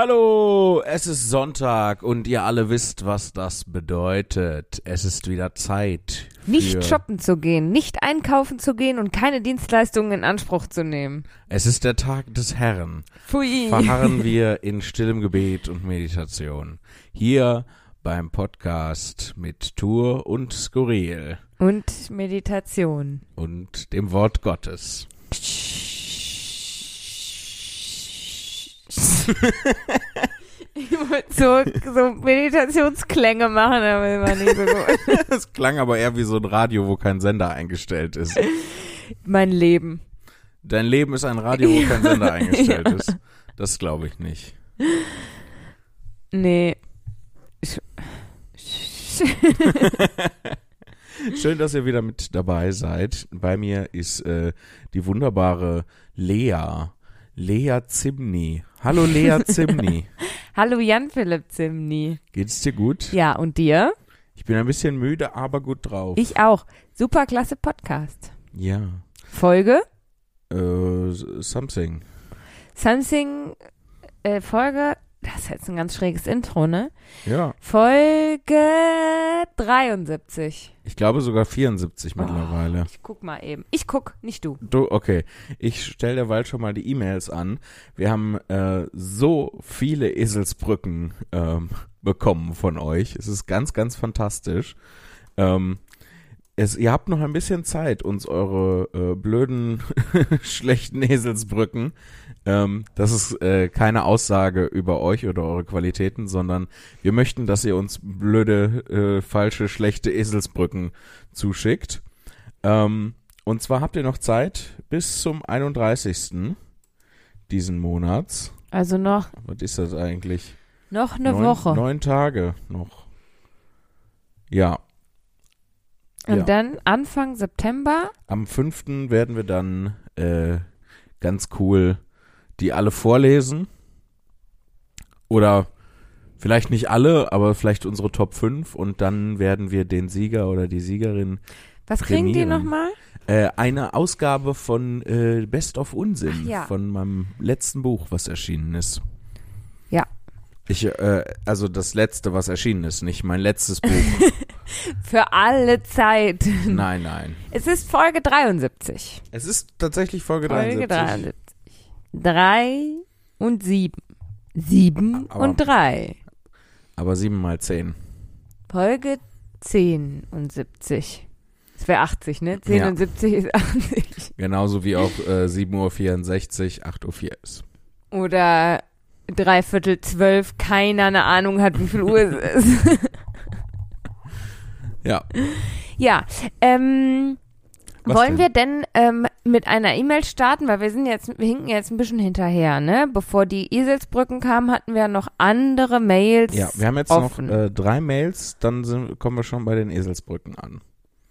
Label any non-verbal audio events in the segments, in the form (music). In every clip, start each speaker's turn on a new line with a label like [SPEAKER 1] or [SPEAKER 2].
[SPEAKER 1] Hallo, es ist Sonntag und ihr alle wisst, was das bedeutet. Es ist wieder Zeit.
[SPEAKER 2] Nicht
[SPEAKER 1] für-
[SPEAKER 2] shoppen zu gehen, nicht einkaufen zu gehen und keine Dienstleistungen in Anspruch zu nehmen.
[SPEAKER 1] Es ist der Tag des Herrn.
[SPEAKER 2] Pfui. (laughs)
[SPEAKER 1] Verharren wir in stillem Gebet und Meditation. Hier beim Podcast mit Tour und Skurril
[SPEAKER 2] Und
[SPEAKER 1] (laughs)
[SPEAKER 2] Meditation.
[SPEAKER 1] und dem Wort Gottes.
[SPEAKER 2] Ich wollte so, so Meditationsklänge machen, aber das war nicht so gut.
[SPEAKER 1] (laughs) Das klang aber eher wie so ein Radio, wo kein Sender eingestellt
[SPEAKER 2] (laughs)
[SPEAKER 1] ist.
[SPEAKER 2] Mein Leben.
[SPEAKER 1] Dein Leben ist ein Radio, wo kein Sender eingestellt
[SPEAKER 2] (laughs) Ja.
[SPEAKER 1] ist. Das glaube ich nicht.
[SPEAKER 2] Nee.
[SPEAKER 1] Schön, dass ihr wieder mit dabei seid. Bei mir ist äh, die wunderbare Lea. Lea Zimni. Hallo Lea Zimni.
[SPEAKER 2] Hallo Jan-Philipp Zimni.
[SPEAKER 1] Geht's dir gut?
[SPEAKER 2] Ja, und dir?
[SPEAKER 1] Ich bin ein bisschen müde, aber gut drauf.
[SPEAKER 2] Ich auch. Super klasse Podcast.
[SPEAKER 1] ja.
[SPEAKER 2] Folge?
[SPEAKER 1] Äh, something.
[SPEAKER 2] Something äh, Folge. Das ist jetzt ein ganz schräges Intro, ne?
[SPEAKER 1] Ja.
[SPEAKER 2] Folge 73.
[SPEAKER 1] Ich glaube sogar 74
[SPEAKER 2] Oh.
[SPEAKER 1] mittlerweile.
[SPEAKER 2] Ich guck mal eben. Ich guck, nicht du.
[SPEAKER 1] Du, okay. Ich stelle derweil schon mal die E-Mails an. Wir haben äh, so viele Eselsbrücken ähm, bekommen von euch. Es ist ganz, ganz fantastisch. Ähm, es, ihr habt noch ein bisschen Zeit, uns eure äh, blöden, (laughs) schlechten Eselsbrücken. Ähm, das ist äh, keine Aussage über euch oder eure Qualitäten, sondern wir möchten, dass ihr uns blöde, äh, falsche, schlechte Eselsbrücken zuschickt. Ähm, und zwar habt ihr noch Zeit bis zum 31. diesen Monats.
[SPEAKER 2] Also noch,
[SPEAKER 1] Was ist das eigentlich?
[SPEAKER 2] noch eine
[SPEAKER 1] neun,
[SPEAKER 2] Woche.
[SPEAKER 1] Neun Tage noch. Ja,
[SPEAKER 2] Und
[SPEAKER 1] ja.
[SPEAKER 2] dann Anfang September.
[SPEAKER 1] am 5. werden wir dann äh, ganz cool die alle vorlesen. Oder vielleicht nicht alle, aber vielleicht unsere Top 5. Und dann werden wir den Sieger oder die Siegerin
[SPEAKER 2] Was kriegen die
[SPEAKER 1] Prämieren.
[SPEAKER 2] nochmal?
[SPEAKER 1] Äh, eine Ausgabe von äh, Best of Unsinn,
[SPEAKER 2] Ach ja.
[SPEAKER 1] von meinem letzten Buch, was erschienen ist.
[SPEAKER 2] Ja.
[SPEAKER 1] Ich, äh, also das letzte, was erschienen ist, nicht mein letztes Buch.
[SPEAKER 2] (laughs) Für alle Zeit.
[SPEAKER 1] nein, nein.
[SPEAKER 2] Es ist Folge 73.
[SPEAKER 1] Es ist tatsächlich Folge,
[SPEAKER 2] Folge
[SPEAKER 1] 73.
[SPEAKER 2] 73. Drei und sieben. Sieben
[SPEAKER 1] Ah, Aber-
[SPEAKER 2] und drei.
[SPEAKER 1] Aber 7 mal 10.
[SPEAKER 2] Folge 10 und 70. Das wäre 80, ne? 10
[SPEAKER 1] Ja.
[SPEAKER 2] und 70 ist 80.
[SPEAKER 1] Genauso wie auch äh, 7.64 Uhr, 8.04 Uhr ist.
[SPEAKER 2] Oder dreiviertel zwölf, keiner eine Ahnung hat, wie viel Uhr es ist.
[SPEAKER 1] (laughs) Ja.
[SPEAKER 2] Ja, ähm,
[SPEAKER 1] Was denn?
[SPEAKER 2] wollen wir denn ähm, mit einer E-Mail starten, weil wir sind jetzt, wir hinken jetzt ein bisschen hinterher, ne? Bevor die Eselsbrücken kamen, hatten wir noch andere Mails.
[SPEAKER 1] Ja, wir haben jetzt
[SPEAKER 2] Offen.
[SPEAKER 1] noch äh, drei Mails, dann sind, kommen wir schon bei den Eselsbrücken an.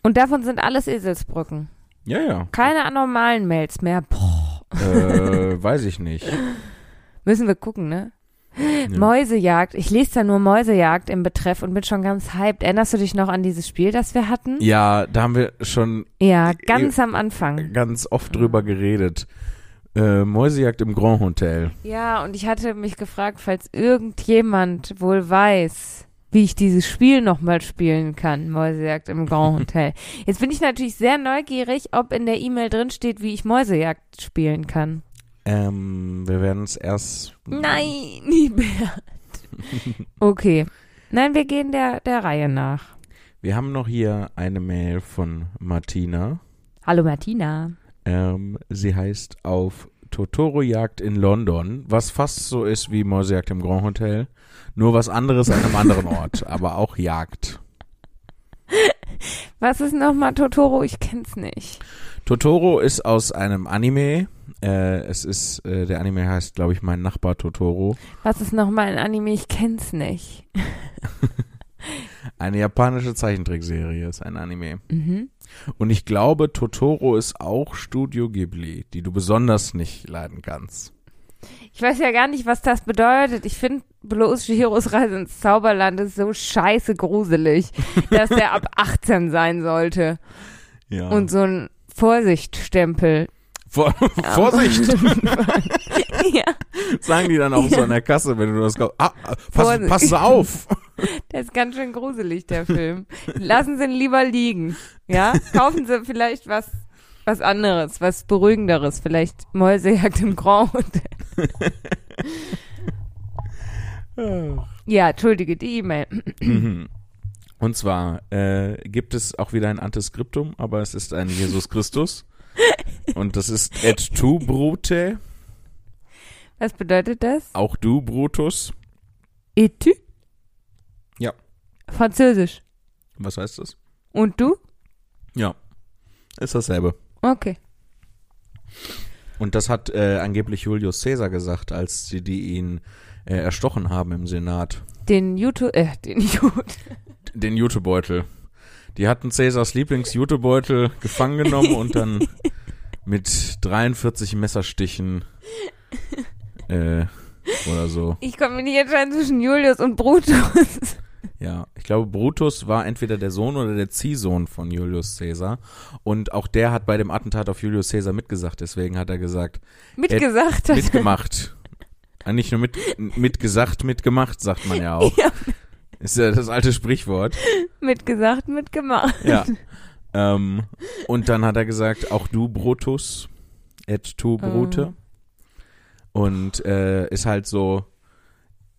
[SPEAKER 2] Und davon sind alles Eselsbrücken.
[SPEAKER 1] Ja, ja.
[SPEAKER 2] Keine anormalen Mails mehr. Boah, (laughs)
[SPEAKER 1] äh, weiß ich nicht.
[SPEAKER 2] müssen wir gucken, ne?
[SPEAKER 1] Ja.
[SPEAKER 2] Mäusejagd. Ich lese da nur Mäusejagd im Betreff und bin schon ganz hyped. Erinnerst du dich noch an dieses Spiel, das wir hatten?
[SPEAKER 1] ja, da haben wir schon
[SPEAKER 2] Ja, ganz am Anfang.
[SPEAKER 1] ganz oft drüber geredet. Äh, Mäusejagd im Grand Hotel.
[SPEAKER 2] Ja, und ich hatte mich gefragt, falls irgendjemand wohl weiß, wie ich dieses Spiel nochmal spielen kann, Mäusejagd im Grand Hotel. Jetzt bin ich natürlich sehr neugierig, ob in der E-Mail drin steht, wie ich Mäusejagd spielen kann.
[SPEAKER 1] Ähm, wir werden es erst.
[SPEAKER 2] (laughs) Nein, nie mehr. Okay. Nein, wir gehen der, der Reihe nach.
[SPEAKER 1] Wir haben noch hier eine Mail von Martina.
[SPEAKER 2] Hallo Martina.
[SPEAKER 1] Ähm, sie heißt auf Totoro-Jagd in London, was fast so ist wie Mäusejagd im Grand Hotel. Nur was anderes an einem anderen Ort, aber auch Jagd.
[SPEAKER 2] Was ist nochmal Totoro? Ich kenn's nicht.
[SPEAKER 1] Totoro ist aus einem Anime. Äh, es ist, äh, der Anime heißt, glaube ich, Mein Nachbar Totoro.
[SPEAKER 2] Was ist nochmal ein Anime? Ich kenn's nicht.
[SPEAKER 1] Eine japanische Zeichentrickserie ist ein Anime.
[SPEAKER 2] Mhm.
[SPEAKER 1] Und ich glaube, Totoro ist auch Studio Ghibli, die du besonders nicht leiden kannst.
[SPEAKER 2] Ich weiß ja gar nicht, was das bedeutet. Ich finde bloß Shihiros Reise ins Zauberland ist so scheiße (laughs) gruselig, dass der ab 18 sein sollte.
[SPEAKER 1] Ja.
[SPEAKER 2] (laughs) Und so ein Vorsichtstempel.
[SPEAKER 1] Vor, Vorsicht,
[SPEAKER 2] ja,
[SPEAKER 1] sagen die dann auch so an der Kasse, wenn du das kaufst. Ah, ah, pass,
[SPEAKER 2] Vorsicht.
[SPEAKER 1] pass auf.
[SPEAKER 2] der ist ganz schön gruselig, der Film. Lassen Sie ihn lieber liegen. Ja, kaufen Sie vielleicht was, was anderes, was beruhigenderes. Vielleicht Mäusejagd im Grand Hotel. Ja, entschuldige, die E-Mail.
[SPEAKER 1] Mhm. Und zwar äh, gibt es auch wieder ein Antiskriptum, aber es ist ein Jesus Christus. Und das ist et tu Brute,
[SPEAKER 2] Was bedeutet das?
[SPEAKER 1] auch du Brutus.
[SPEAKER 2] Et tu?
[SPEAKER 1] Ja.
[SPEAKER 2] Französisch.
[SPEAKER 1] Was heißt das?
[SPEAKER 2] Und du?
[SPEAKER 1] Ist dasselbe.
[SPEAKER 2] Okay.
[SPEAKER 1] Und das hat äh, angeblich Julius Caesar gesagt, als sie die ihn äh, erstochen haben im Senat.
[SPEAKER 2] Den Jutu, äh, den Jud.
[SPEAKER 1] Den Jutebeutel. Die hatten Caesars Lieblings-Jutebeutel gefangen genommen und dann mit 43 Messerstichen äh, oder so.
[SPEAKER 2] Ich komme mir nicht entscheiden zwischen Julius und Brutus.
[SPEAKER 1] Ja, ich glaube, Brutus war entweder der Sohn oder der Ziehsohn von Julius Caesar. Und auch der hat bei dem Attentat auf Julius Caesar mitgesagt. Deswegen hat er gesagt,
[SPEAKER 2] Mitgesagt hat.
[SPEAKER 1] mitgemacht. Ah, Nicht nur mit, mitgesagt, mitgemacht, sagt man ja auch.
[SPEAKER 2] Ja,
[SPEAKER 1] Ist ja das alte Sprichwort.
[SPEAKER 2] mitgesagt, mitgemacht.
[SPEAKER 1] Ja. (laughs) ähm, und dann hat er gesagt, auch du Brutus, et tu Brute. Und äh, ist halt so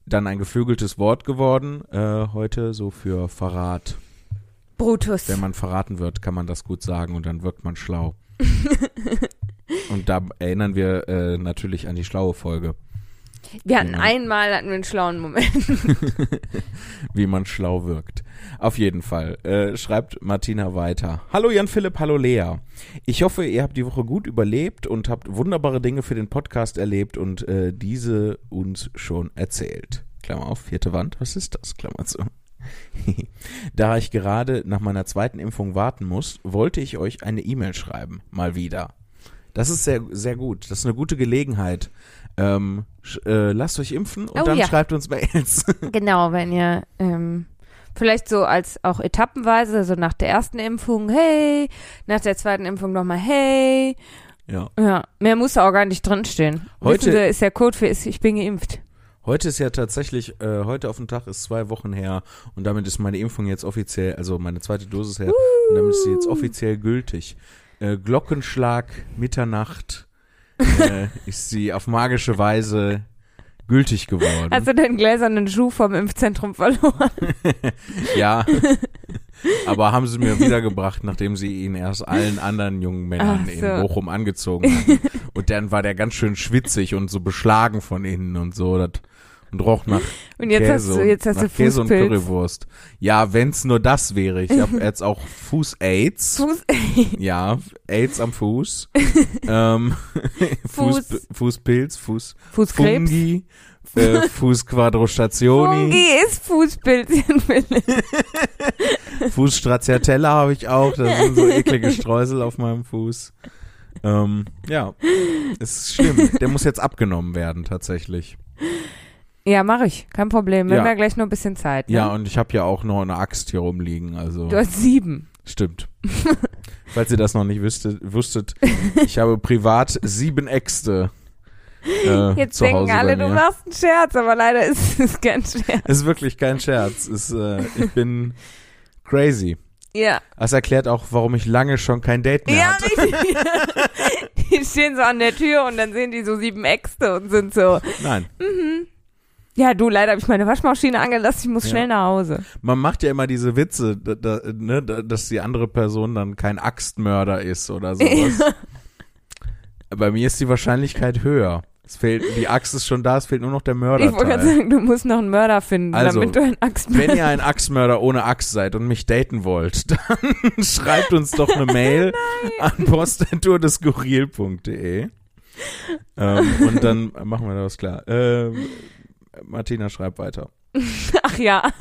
[SPEAKER 1] dann ein geflügeltes Wort geworden äh, heute, so für Verrat.
[SPEAKER 2] Brutus.
[SPEAKER 1] Wenn man verraten wird, kann man das gut sagen und dann wirkt man schlau. und da erinnern wir äh, natürlich an die schlaue Folge,
[SPEAKER 2] Wir hatten
[SPEAKER 1] Ja.
[SPEAKER 2] einmal hatten wir einen schlauen Moment.
[SPEAKER 1] wie man schlau wirkt. Auf jeden Fall äh, schreibt Martina weiter. Hallo Jan Philipp, hallo Lea. Ich hoffe, ihr habt die Woche gut überlebt und habt wunderbare Dinge für den Podcast erlebt und äh, diese uns schon erzählt. Klammer auf, vierte Wand, was ist das? Klammer zu. (laughs) da ich gerade nach meiner zweiten Impfung warten muss, wollte ich euch eine E-Mail schreiben. Mal wieder. Das ist sehr, sehr gut. Das ist eine gute Gelegenheit. Ähm, sch- äh, lasst euch impfen und
[SPEAKER 2] Oh
[SPEAKER 1] dann
[SPEAKER 2] ja.
[SPEAKER 1] schreibt uns Mails.
[SPEAKER 2] (laughs)
[SPEAKER 1] (laughs)
[SPEAKER 2] Genau, wenn ihr ähm, vielleicht so als auch etappenweise, so nach der ersten Impfung, hey, nach der zweiten Impfung nochmal, hey.
[SPEAKER 1] ja.
[SPEAKER 2] Ja, mehr muss da auch gar nicht drinstehen.
[SPEAKER 1] Heute-
[SPEAKER 2] Wissen Sie, ist der Code für ist, ich bin geimpft.
[SPEAKER 1] Heute ist ja tatsächlich, äh, heute auf dem Tag ist zwei Wochen her und damit ist meine Impfung jetzt offiziell, also meine zweite Dosis her und damit ist sie jetzt offiziell gültig. Äh, Glockenschlag, Mitternacht äh, ist sie auf magische Weise gültig geworden.
[SPEAKER 2] Hast du deinen gläsernen Schuh vom Impfzentrum verloren?
[SPEAKER 1] (laughs)
[SPEAKER 2] (laughs)
[SPEAKER 1] ja, aber haben sie mir wiedergebracht, nachdem sie ihn erst allen anderen jungen Männern
[SPEAKER 2] Ach
[SPEAKER 1] in
[SPEAKER 2] so.
[SPEAKER 1] Bochum angezogen hatten. Und dann war der ganz schön schwitzig und so beschlagen von innen und so. Das, und roch nach
[SPEAKER 2] Und jetzt
[SPEAKER 1] Käse
[SPEAKER 2] hast du,
[SPEAKER 1] und-
[SPEAKER 2] jetzt hast
[SPEAKER 1] nach
[SPEAKER 2] du
[SPEAKER 1] Käse und
[SPEAKER 2] Fußpilz.
[SPEAKER 1] Currywurst. Ja, wenn's nur das wäre. Ich
[SPEAKER 2] (laughs)
[SPEAKER 1] habe jetzt auch Fuß-Aids.
[SPEAKER 2] Fuß, (laughs)
[SPEAKER 1] Ja, Aids am Fuß. ähm, Fuß.
[SPEAKER 2] Fuß-
[SPEAKER 1] Fußpilz, Fuß
[SPEAKER 2] Fußkrebs.
[SPEAKER 1] Fungi, äh, Fußquadrostationi,
[SPEAKER 2] Fungi ist Fußpilzchen, (laughs) Philipp.
[SPEAKER 1] Fuß Stracciatella habe ich auch. Das sind so eklige Streusel auf meinem Fuß. Ähm, ja, ist schlimm. Der muss jetzt abgenommen werden tatsächlich.
[SPEAKER 2] Ja, mache ich. Kein Problem. Wir
[SPEAKER 1] Ja.
[SPEAKER 2] haben ja gleich nur ein bisschen Zeit. Ne?
[SPEAKER 1] Ja, und ich habe ja auch noch eine Axt hier rumliegen. Also
[SPEAKER 2] Du hast sieben.
[SPEAKER 1] Stimmt. Falls ihr das noch nicht wüsstet, wüsstet ich habe privat sieben Äxte. Äh,
[SPEAKER 2] Jetzt
[SPEAKER 1] zu
[SPEAKER 2] denken
[SPEAKER 1] Hause
[SPEAKER 2] alle,
[SPEAKER 1] bei
[SPEAKER 2] du
[SPEAKER 1] mir.
[SPEAKER 2] machst einen Scherz, aber leider ist (laughs) es kein Scherz.
[SPEAKER 1] Ist wirklich kein Scherz. Ist, äh, ich bin crazy.
[SPEAKER 2] Ja.
[SPEAKER 1] Das erklärt auch, warum ich lange schon kein Date mehr
[SPEAKER 2] Ja,
[SPEAKER 1] hatte.
[SPEAKER 2] richtig. Die stehen so an der Tür und dann sehen die so sieben Äxte und sind so,
[SPEAKER 1] Nein.
[SPEAKER 2] ja du, leider habe ich meine Waschmaschine angelassen, ich muss
[SPEAKER 1] Ja.
[SPEAKER 2] schnell nach Hause.
[SPEAKER 1] Man macht ja immer diese Witze, da, da, ne, da, dass die andere Person dann kein Axtmörder ist oder sowas. Bei mir ist die Wahrscheinlichkeit höher. Es fehlt, die Axt ist schon da, es fehlt nur noch der Mörder.
[SPEAKER 2] Ich wollte gerade sagen, du musst noch einen Mörder finden,
[SPEAKER 1] Also,
[SPEAKER 2] damit du einen Axtmörder
[SPEAKER 1] Wenn ihr ein Axtmörder ohne Axt seid und mich daten wollt, (laughs) dann schreibt uns doch
[SPEAKER 2] (laughs)
[SPEAKER 1] eine Mail an postentourdeskurril.de. Ähm, und dann machen wir da was klar. Ähm, Martina schreibt weiter.
[SPEAKER 2] Ach ja.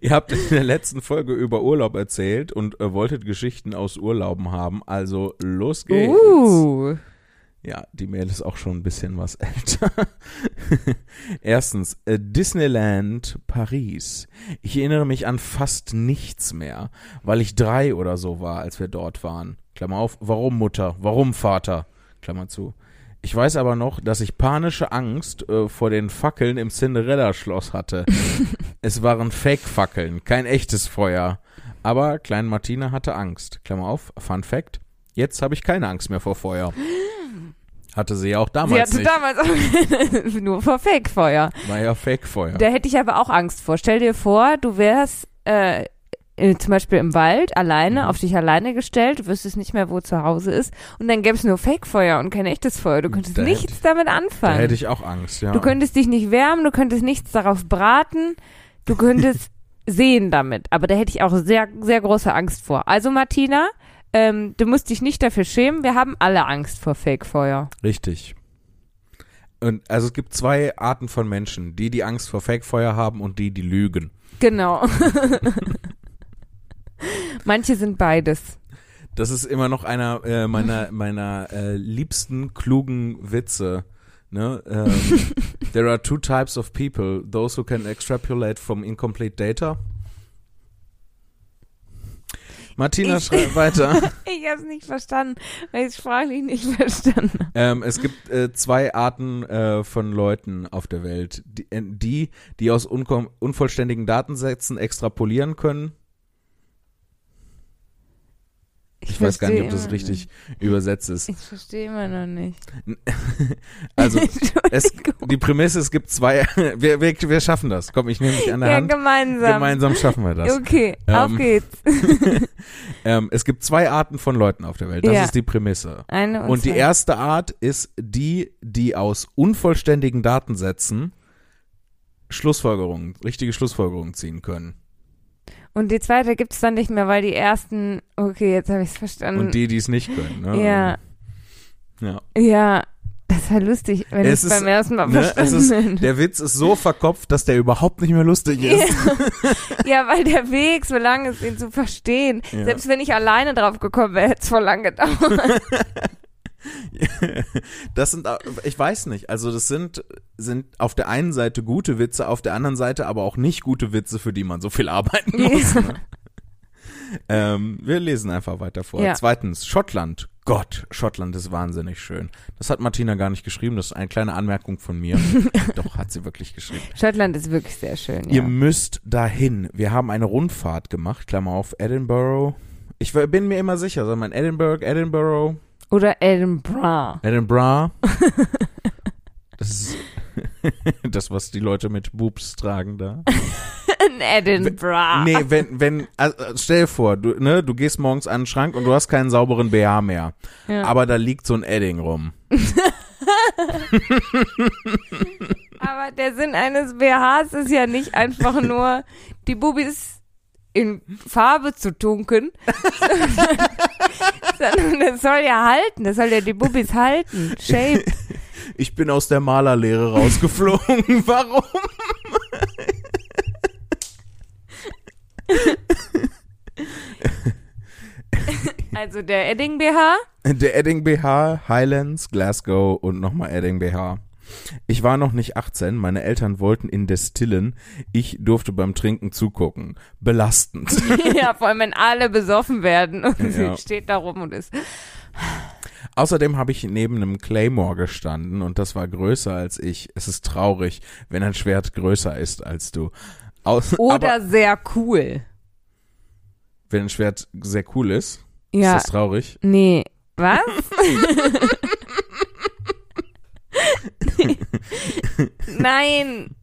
[SPEAKER 1] Ihr habt in der letzten Folge über Urlaub erzählt und äh, wolltet Geschichten aus Urlauben haben, also los geht's.
[SPEAKER 2] Uh.
[SPEAKER 1] Ja, die Mail ist auch schon ein bisschen was älter. Erstens, äh, Disneyland Paris. Ich erinnere mich an fast nichts mehr, weil ich drei oder so war, als wir dort waren. Klammer auf, warum Mutter? Warum Vater? Klammer zu. Ich weiß aber noch, dass ich panische Angst äh, vor den Fackeln im Cinderella-Schloss hatte. es waren Fake-Fackeln, kein echtes Feuer. Aber Klein Martina hatte Angst. Klammer auf, Fun Fact. Jetzt habe ich keine Angst mehr vor Feuer. Hatte sie ja auch
[SPEAKER 2] Sie
[SPEAKER 1] damals
[SPEAKER 2] hatte
[SPEAKER 1] nicht.
[SPEAKER 2] damals auch (laughs) nur vor Fake-Feuer.
[SPEAKER 1] War ja Fake-Feuer.
[SPEAKER 2] Da hätte ich aber auch Angst vor. Stell dir vor, du wärst äh, äh, zum Beispiel im Wald alleine,
[SPEAKER 1] Mhm.
[SPEAKER 2] auf dich alleine gestellt, du wüsstest nicht mehr, wo zu Hause ist und dann gäbe es nur Fake-Feuer und kein echtes Feuer. Du könntest
[SPEAKER 1] Da hätte
[SPEAKER 2] nichts damit
[SPEAKER 1] Da
[SPEAKER 2] anfangen.
[SPEAKER 1] hätte ich auch Angst, ja.
[SPEAKER 2] Du könntest dich nicht wärmen, du könntest nichts darauf braten, du könntest
[SPEAKER 1] (laughs)
[SPEAKER 2] sehen damit. Aber da hätte ich auch sehr, sehr große Angst vor. Also Martina, ähm, du musst dich nicht dafür schämen, wir haben alle Angst vor Fake-Feuer.
[SPEAKER 1] Richtig. Und also es gibt zwei Arten von Menschen, die die Angst vor Fake-Feuer haben und die, die lügen.
[SPEAKER 2] Genau. Manche sind beides.
[SPEAKER 1] Das ist immer noch einer äh, meiner,
[SPEAKER 2] (laughs)
[SPEAKER 1] meiner äh, liebsten klugen Witze. Ne?
[SPEAKER 2] (laughs)
[SPEAKER 1] Ähm, there are two types of people. Those who can extrapolate from incomplete data. Martina
[SPEAKER 2] Ich-
[SPEAKER 1] schreibt
[SPEAKER 2] (laughs)
[SPEAKER 1] weiter.
[SPEAKER 2] Ich habe es nicht verstanden, weil ich es sprachlich nicht verstanden habe.
[SPEAKER 1] Ähm, es gibt äh, zwei Arten äh, von Leuten auf der Welt. Die, äh, die, die aus unkom- unvollständigen Datensätzen extrapolieren können. Ich weiß gar nicht, ob das richtig übersetzt ist. (laughs)
[SPEAKER 2] Ich verstehe immer noch nicht. (laughs)
[SPEAKER 1] Also, es,
[SPEAKER 2] Entschuldigung.
[SPEAKER 1] die Prämisse, es gibt zwei. (laughs) wir, wir, wir schaffen das. Komm, ich nehme dich an der
[SPEAKER 2] ja,
[SPEAKER 1] Hand.
[SPEAKER 2] gemeinsam.
[SPEAKER 1] Gemeinsam schaffen wir das.
[SPEAKER 2] Okay,
[SPEAKER 1] Ähm,
[SPEAKER 2] auf geht's.
[SPEAKER 1] (laughs) Ähm, es gibt zwei Arten von Leuten auf der Welt. Das
[SPEAKER 2] Ja.
[SPEAKER 1] ist die Prämisse.
[SPEAKER 2] Eine und,
[SPEAKER 1] Und die
[SPEAKER 2] zwei.
[SPEAKER 1] erste Art ist die, die aus unvollständigen Datensätzen Schlussfolgerungen, richtige Schlussfolgerungen ziehen können.
[SPEAKER 2] Und die zweite gibt's dann nicht mehr, weil die ersten, okay, jetzt habe ich's verstanden.
[SPEAKER 1] Und die, die es nicht können. Ne?
[SPEAKER 2] Mm.
[SPEAKER 1] Also,
[SPEAKER 2] ja,
[SPEAKER 1] ja.
[SPEAKER 2] ja, das war lustig, wenn ich
[SPEAKER 1] Es
[SPEAKER 2] es
[SPEAKER 1] ist-
[SPEAKER 2] beim ersten Mal
[SPEAKER 1] ne, es ist-
[SPEAKER 2] verstanden hätte.
[SPEAKER 1] Der Witz ist so verkopft, dass der überhaupt nicht mehr lustig ist. (laughs)
[SPEAKER 2] (laughs) Ja, weil der Weg, so lange ist, ihn zu verstehen.
[SPEAKER 1] Ja.
[SPEAKER 2] Selbst wenn ich alleine drauf gekommen wäre, hätte es voll lang
[SPEAKER 1] (laughs)
[SPEAKER 2] gedauert.
[SPEAKER 1] Das sind, au- ich weiß nicht, also das sind, sind auf der einen Seite gute Witze, auf der anderen Seite aber auch nicht gute Witze, für die man so viel arbeiten muss. Ne? ähm, wir lesen einfach weiter vor.
[SPEAKER 2] Ja.
[SPEAKER 1] Zweitens, Schottland. Gott, Schottland ist wahnsinnig schön. Das hat Martina gar nicht geschrieben, das ist eine kleine Anmerkung von
[SPEAKER 2] (laughs)
[SPEAKER 1] mir. Doch, hat sie wirklich geschrieben.
[SPEAKER 2] Schottland ist wirklich sehr schön,
[SPEAKER 1] Ihr
[SPEAKER 2] ja.
[SPEAKER 1] müsst dahin. Wir haben eine Rundfahrt gemacht, Klammer auf, Edinburgh. Ich w- bin mir immer sicher, soll man Edinburgh, Edinburgh,
[SPEAKER 2] Oder Edinburgh.
[SPEAKER 1] (laughs) Edinburgh.
[SPEAKER 2] (laughs)
[SPEAKER 1] das ist (laughs) das, was die Leute mit Boobs tragen da.
[SPEAKER 2] In Edinburgh.
[SPEAKER 1] Nee, wenn, wenn, also äh, stell dir vor, du, ne, du gehst morgens an den Schrank und du hast keinen sauberen BH mehr.
[SPEAKER 2] Ja.
[SPEAKER 1] Aber da liegt so ein Edding rum.
[SPEAKER 2] (laughs)
[SPEAKER 1] (laughs)
[SPEAKER 2] Aber der Sinn eines BHs ist ja nicht einfach nur, die Bubis in Farbe zu tunken, (laughs) sondern das soll ja halten, das soll ja die Bubis halten, shape.
[SPEAKER 1] (laughs) Ich bin aus der Malerlehre rausgeflogen. (laughs) Warum?
[SPEAKER 2] Also der Edding BH,
[SPEAKER 1] (laughs) Der Edding BH, Highlands, Glasgow und nochmal Edding BH. Ich war noch nicht 18, meine Eltern wollten in Destillen, ich durfte beim Trinken zugucken. Belastend.
[SPEAKER 2] (laughs) ja, vor allem wenn alle besoffen werden und
[SPEAKER 1] Ja.
[SPEAKER 2] sie steht da rum und ist,
[SPEAKER 1] Außerdem habe ich neben einem Claymore gestanden und das war größer als ich. Es ist traurig, wenn ein Schwert größer ist als du. Aus,
[SPEAKER 2] oder
[SPEAKER 1] aber
[SPEAKER 2] sehr cool.
[SPEAKER 1] wenn ein Schwert sehr cool ist,
[SPEAKER 2] Ja,
[SPEAKER 1] ist das traurig.
[SPEAKER 2] nee, (laughs) was? Nein.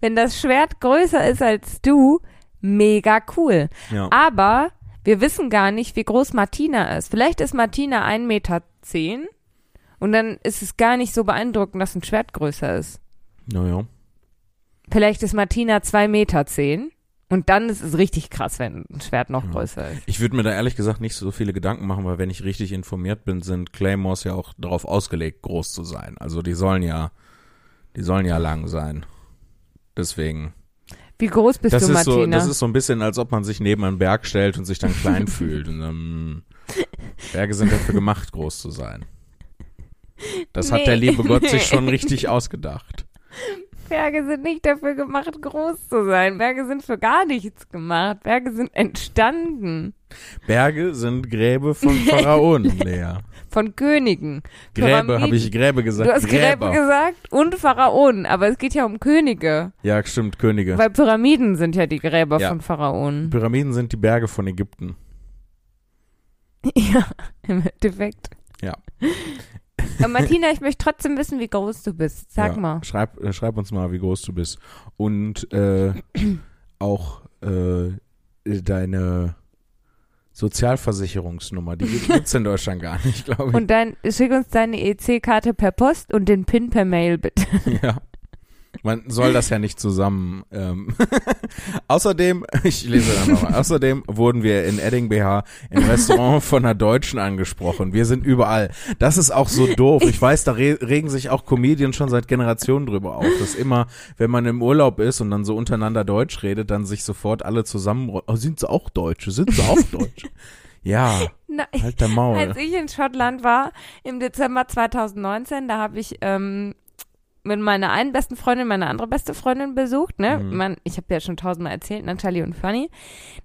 [SPEAKER 2] Wenn das Schwert größer ist als du, mega cool.
[SPEAKER 1] Ja.
[SPEAKER 2] Aber wir wissen gar nicht, wie groß Martina ist. Vielleicht ist Martina 1,10 Meter und dann ist es gar nicht so beeindruckend, dass ein Schwert größer ist.
[SPEAKER 1] Naja.
[SPEAKER 2] Vielleicht ist Martina 2,10 Meter und dann ist es richtig krass, wenn ein Schwert noch
[SPEAKER 1] Ja.
[SPEAKER 2] größer ist.
[SPEAKER 1] Ich würde mir da ehrlich gesagt nicht so viele Gedanken machen, weil wenn ich richtig informiert bin, sind Claymores ja auch darauf ausgelegt, groß zu sein. Also die sollen ja, die sollen ja lang sein. Deswegen.
[SPEAKER 2] Wie groß bist
[SPEAKER 1] das
[SPEAKER 2] du,
[SPEAKER 1] ist so,
[SPEAKER 2] Martina?
[SPEAKER 1] das ist so ein bisschen, als ob man sich neben einen Berg stellt und sich dann
[SPEAKER 2] (laughs)
[SPEAKER 1] klein fühlt. Und, ähm, Berge sind dafür gemacht, groß zu sein. Das hat der
[SPEAKER 2] Nee.
[SPEAKER 1] liebe Gott
[SPEAKER 2] Nee.
[SPEAKER 1] sich
[SPEAKER 2] (laughs)
[SPEAKER 1] schon richtig ausgedacht.
[SPEAKER 2] Berge sind nicht dafür gemacht, groß zu sein. Berge sind für gar nichts gemacht. Berge sind entstanden
[SPEAKER 1] Berge sind Gräbe
[SPEAKER 2] (laughs)
[SPEAKER 1] von Pharaonen, Lea.
[SPEAKER 2] von Königen.
[SPEAKER 1] Gräbe,
[SPEAKER 2] Pyramiden.
[SPEAKER 1] habe ich Gräbe gesagt.
[SPEAKER 2] Du hast Gräber
[SPEAKER 1] Gräber.
[SPEAKER 2] gesagt und Pharaonen, aber es geht ja um Könige,
[SPEAKER 1] ja, stimmt, Könige.
[SPEAKER 2] weil Pyramiden sind ja die Gräber
[SPEAKER 1] Ja.
[SPEAKER 2] von Pharaonen.
[SPEAKER 1] Pyramiden sind die Berge von Ägypten.
[SPEAKER 2] (laughs) Ja, im Endeffekt.
[SPEAKER 1] Ja. (laughs)
[SPEAKER 2] Aber Martina, ich möchte trotzdem wissen, wie groß du bist. Sag
[SPEAKER 1] ja.
[SPEAKER 2] mal.
[SPEAKER 1] Schreib, äh, schreib uns mal, wie groß du bist. Und
[SPEAKER 2] (clears throat)
[SPEAKER 1] äh, auch äh, deine Sozialversicherungsnummer. Die gibt's in Deutschland gar nicht, glaube
[SPEAKER 2] Und dann schick uns deine EC-Karte per Post und den PIN per Mail bitte.
[SPEAKER 1] ich. (laughs) Ja. Man soll das ja nicht zusammen. Ähm. (laughs) außerdem, (laughs) ich lese dann nochmal, außerdem wurden wir in Edding BH im Restaurant von einer Deutschen angesprochen. Wir sind überall. Das ist auch so doof. Ich weiß, da re regen sich auch Comedians schon seit Generationen drüber auf, dass immer, wenn man im Urlaub ist und dann so untereinander Deutsch redet, dann sich sofort alle zusammen, oh, sind sie auch Deutsche? Sind sie auch (laughs) Deutsche? Ja,
[SPEAKER 2] Na,
[SPEAKER 1] halt der Maul.
[SPEAKER 2] Als ich in Schottland war, im Dezember 2019, da habe ich ähm, mit meiner einen besten Freundin meine andere beste Freundin besucht. Ne?
[SPEAKER 1] Mhm.
[SPEAKER 2] Man, ich habe ja schon tausendmal erzählt, Natalie und Fanny.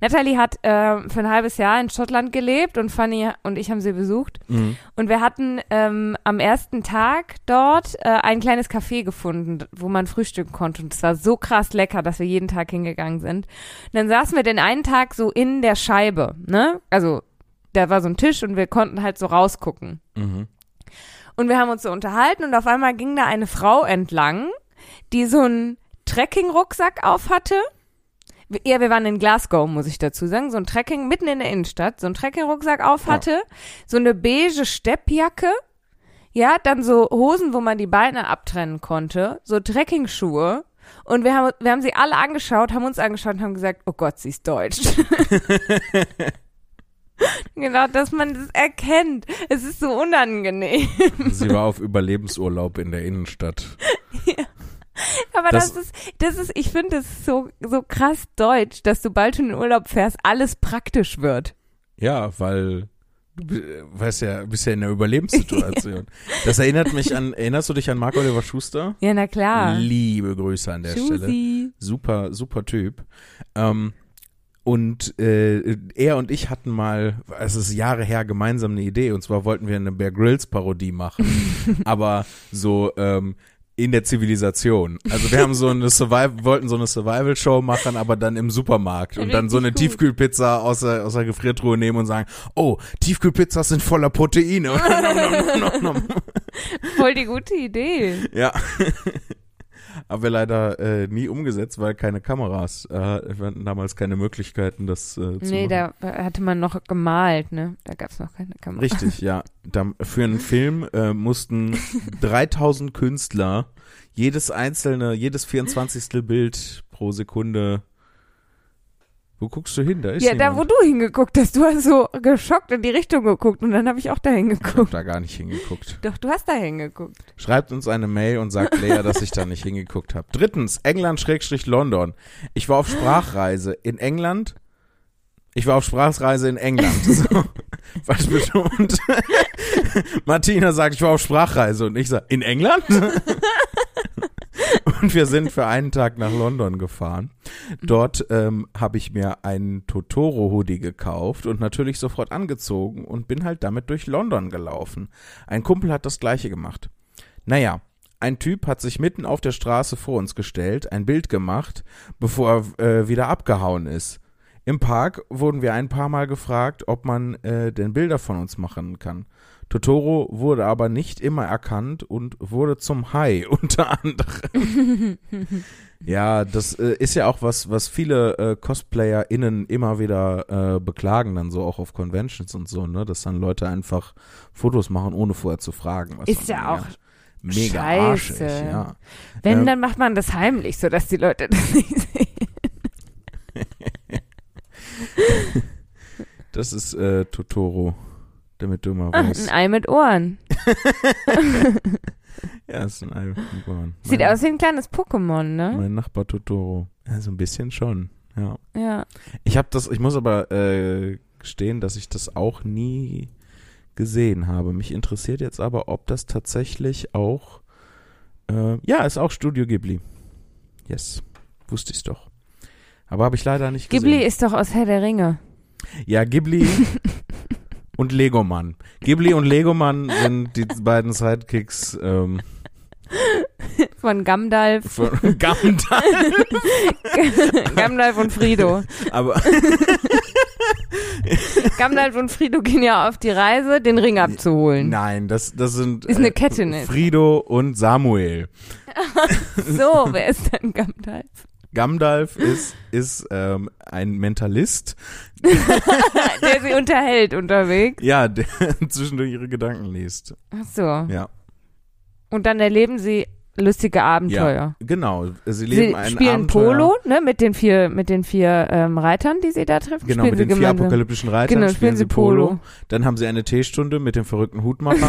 [SPEAKER 2] Natalie hat ähm, für ein halbes Jahr in Schottland gelebt und Fanny und ich haben sie besucht.
[SPEAKER 1] Mhm.
[SPEAKER 2] Und wir hatten ähm, am ersten Tag dort äh, ein kleines Café gefunden, wo man frühstücken konnte. Und es war so krass lecker, dass wir jeden Tag hingegangen sind. Und dann saßen wir den einen Tag so in der Scheibe, ne? Also da war so ein Tisch und wir konnten halt so rausgucken.
[SPEAKER 1] Mhm.
[SPEAKER 2] Und wir haben uns so unterhalten und auf einmal ging da eine Frau entlang, die so einen Trekking-Rucksack auf hatte. Wir- Ja, wir waren in Glasgow, muss ich dazu sagen. So ein Trekking mitten in der Innenstadt, so ein Trekking-Rucksack auf
[SPEAKER 1] Ja.
[SPEAKER 2] hatte, so eine beige Steppjacke. Ja, dann so Hosen, wo man die Beine abtrennen konnte, so Trekkingschuhe. Und wir haben, wir haben sie alle angeschaut, haben uns angeschaut und haben gesagt, oh Gott, sie ist deutsch. genau, dass man das erkennt. Es ist so unangenehm. (laughs)
[SPEAKER 1] Sie war auf Überlebensurlaub in der Innenstadt.
[SPEAKER 2] Aber das,
[SPEAKER 1] Das-
[SPEAKER 2] ist, das ist, ich finde das ist so, so krass deutsch, dass du bald schon in den Urlaub fährst, alles praktisch wird.
[SPEAKER 1] Ja, weil du bi- weißt ja, bist ja in einer Überlebenssituation. Das erinnert mich an, erinnerst du dich an Marc Oliver Schuster?
[SPEAKER 2] Ja, na klar.
[SPEAKER 1] Liebe Grüße an der Stelle.
[SPEAKER 2] Susi.
[SPEAKER 1] (laughs) Super, super Typ. Ähm, und äh, er und ich hatten mal, es ist Jahre her, gemeinsam eine Idee. Und zwar wollten wir eine Bear Grylls Parodie
[SPEAKER 2] (laughs)
[SPEAKER 1] machen, aber so ähm, in der Zivilisation. Also wir haben so eine Survival, wollten so eine Survival Show machen, aber dann im Supermarkt und dann so eine
[SPEAKER 2] Richtig gut.
[SPEAKER 1] Tiefkühlpizza aus der, aus der Gefriertruhe nehmen und sagen, oh, Tiefkühlpizzas sind voller Proteine. (laughs) Nom, nom, nom, nom, nom.
[SPEAKER 2] Voll die gute Idee.
[SPEAKER 1] Ja. (laughs) Haben wir leider äh, nie umgesetzt, weil keine Kameras, äh, wir hatten damals keine Möglichkeiten, das äh, zu
[SPEAKER 2] Nee,
[SPEAKER 1] machen.
[SPEAKER 2] da hatte man noch gemalt, ne? Da gab's noch keine Kamera.
[SPEAKER 1] Richtig, ja. Da, für einen Film äh,
[SPEAKER 2] (laughs)
[SPEAKER 1] mussten 3000 Künstler jedes einzelne, jedes 24. Bild pro Sekunde. Wo guckst du hin? Da ist
[SPEAKER 2] ja, da wo
[SPEAKER 1] niemand.
[SPEAKER 2] du hingeguckt hast, du hast so geschockt in die Richtung geguckt und dann habe ich auch da
[SPEAKER 1] Ich hab
[SPEAKER 2] hingeguckt.
[SPEAKER 1] da gar nicht hingeguckt.
[SPEAKER 2] Doch, du hast da hingeguckt.
[SPEAKER 1] Schreibt uns eine Mail und sagt Lea, dass ich da nicht hingeguckt habe. Drittens, England-London. Ich war auf Sprachreise in England. Ich war auf Sprachreise in England. (laughs) So, was betont? (laughs) Martina sagt, ich war auf Sprachreise und ich sage, in England? (laughs) und wir sind für einen Tag nach London gefahren. Dort ähm, habe ich mir einen Totoro-Hoodie gekauft und natürlich sofort angezogen und bin halt damit durch London gelaufen. Ein Kumpel hat das gleiche gemacht. Naja, ein Typ hat sich mitten auf der Straße vor uns gestellt, ein Bild gemacht, bevor er äh, wieder abgehauen ist. Im Park wurden wir ein paar Mal gefragt, ob man äh, denn Bilder von uns machen kann. Totoro wurde aber nicht immer erkannt und wurde zum Hai (laughs) unter anderem.
[SPEAKER 2] (laughs)
[SPEAKER 1] ja, das äh, ist ja auch was, was viele äh, CosplayerInnen immer wieder äh, beklagen, dann so auch auf Conventions und so, ne, dass dann Leute einfach Fotos machen, ohne vorher zu fragen. was
[SPEAKER 2] Ist
[SPEAKER 1] man-
[SPEAKER 2] ja auch
[SPEAKER 1] mega arschig,
[SPEAKER 2] scheiße.
[SPEAKER 1] ja.
[SPEAKER 2] Wenn,
[SPEAKER 1] Ähm.
[SPEAKER 2] dann macht man das heimlich, sodass die Leute das nicht sehen.
[SPEAKER 1] Das ist äh, Totoro, damit du mal
[SPEAKER 2] Ah,
[SPEAKER 1] weißt.
[SPEAKER 2] ein Ei mit Ohren.
[SPEAKER 1] ja, ist ein Alpenkorn.
[SPEAKER 2] Sieht
[SPEAKER 1] mein,
[SPEAKER 2] aus wie ein kleines Pokémon, ne?
[SPEAKER 1] Mein Nachbar Totoro. Ja, so ein bisschen schon. Ja.
[SPEAKER 2] Ja.
[SPEAKER 1] Ich habe das, ich muss aber äh, gestehen, dass ich das auch nie gesehen habe. Mich interessiert jetzt aber, ob das tatsächlich auch. Äh, ja, ist auch Studio Ghibli. Yes. Wusste ich doch. Aber habe ich leider nicht gesehen.
[SPEAKER 2] Ghibli ist doch aus Herr der Ringe.
[SPEAKER 1] Ja, Ghibli und Legoman. Ghibli und Legoman sind die beiden Sidekicks ähm,
[SPEAKER 2] Von Gandalf,
[SPEAKER 1] (laughs) von Gandalf.
[SPEAKER 2] (laughs) Gandalf und Frido.
[SPEAKER 1] Aber
[SPEAKER 2] Gandalf und Frido gehen ja auf die Reise, den Ring abzuholen.
[SPEAKER 1] nein, das, das sind äh,
[SPEAKER 2] Ist eine Kette, ne?
[SPEAKER 1] Frido und Samuel.
[SPEAKER 2] So, wer ist
[SPEAKER 1] (laughs)
[SPEAKER 2] denn Gandalf?
[SPEAKER 1] Gandalf ist, ist ähm, ein Mentalist,
[SPEAKER 2] Der sie unterhält unterwegs.
[SPEAKER 1] ja, der (laughs) zwischendurch ihre Gedanken liest.
[SPEAKER 2] Ach so.
[SPEAKER 1] Ja.
[SPEAKER 2] Und dann erleben sie lustige Abenteuer.
[SPEAKER 1] Ja, genau. Sie leben
[SPEAKER 2] Sie
[SPEAKER 1] ein
[SPEAKER 2] spielen
[SPEAKER 1] Abenteuer.
[SPEAKER 2] Polo, ne, mit den vier, mit den vier ähm, Reitern, die sie da treffen.
[SPEAKER 1] Genau,
[SPEAKER 2] spielen
[SPEAKER 1] mit
[SPEAKER 2] sie
[SPEAKER 1] den vier
[SPEAKER 2] gemeinsam.
[SPEAKER 1] apokalyptischen Reitern
[SPEAKER 2] Genau,
[SPEAKER 1] spielen sie Polo. Dann haben sie eine Teestunde mit dem verrückten
[SPEAKER 2] (laughs)
[SPEAKER 1] Hutmacher.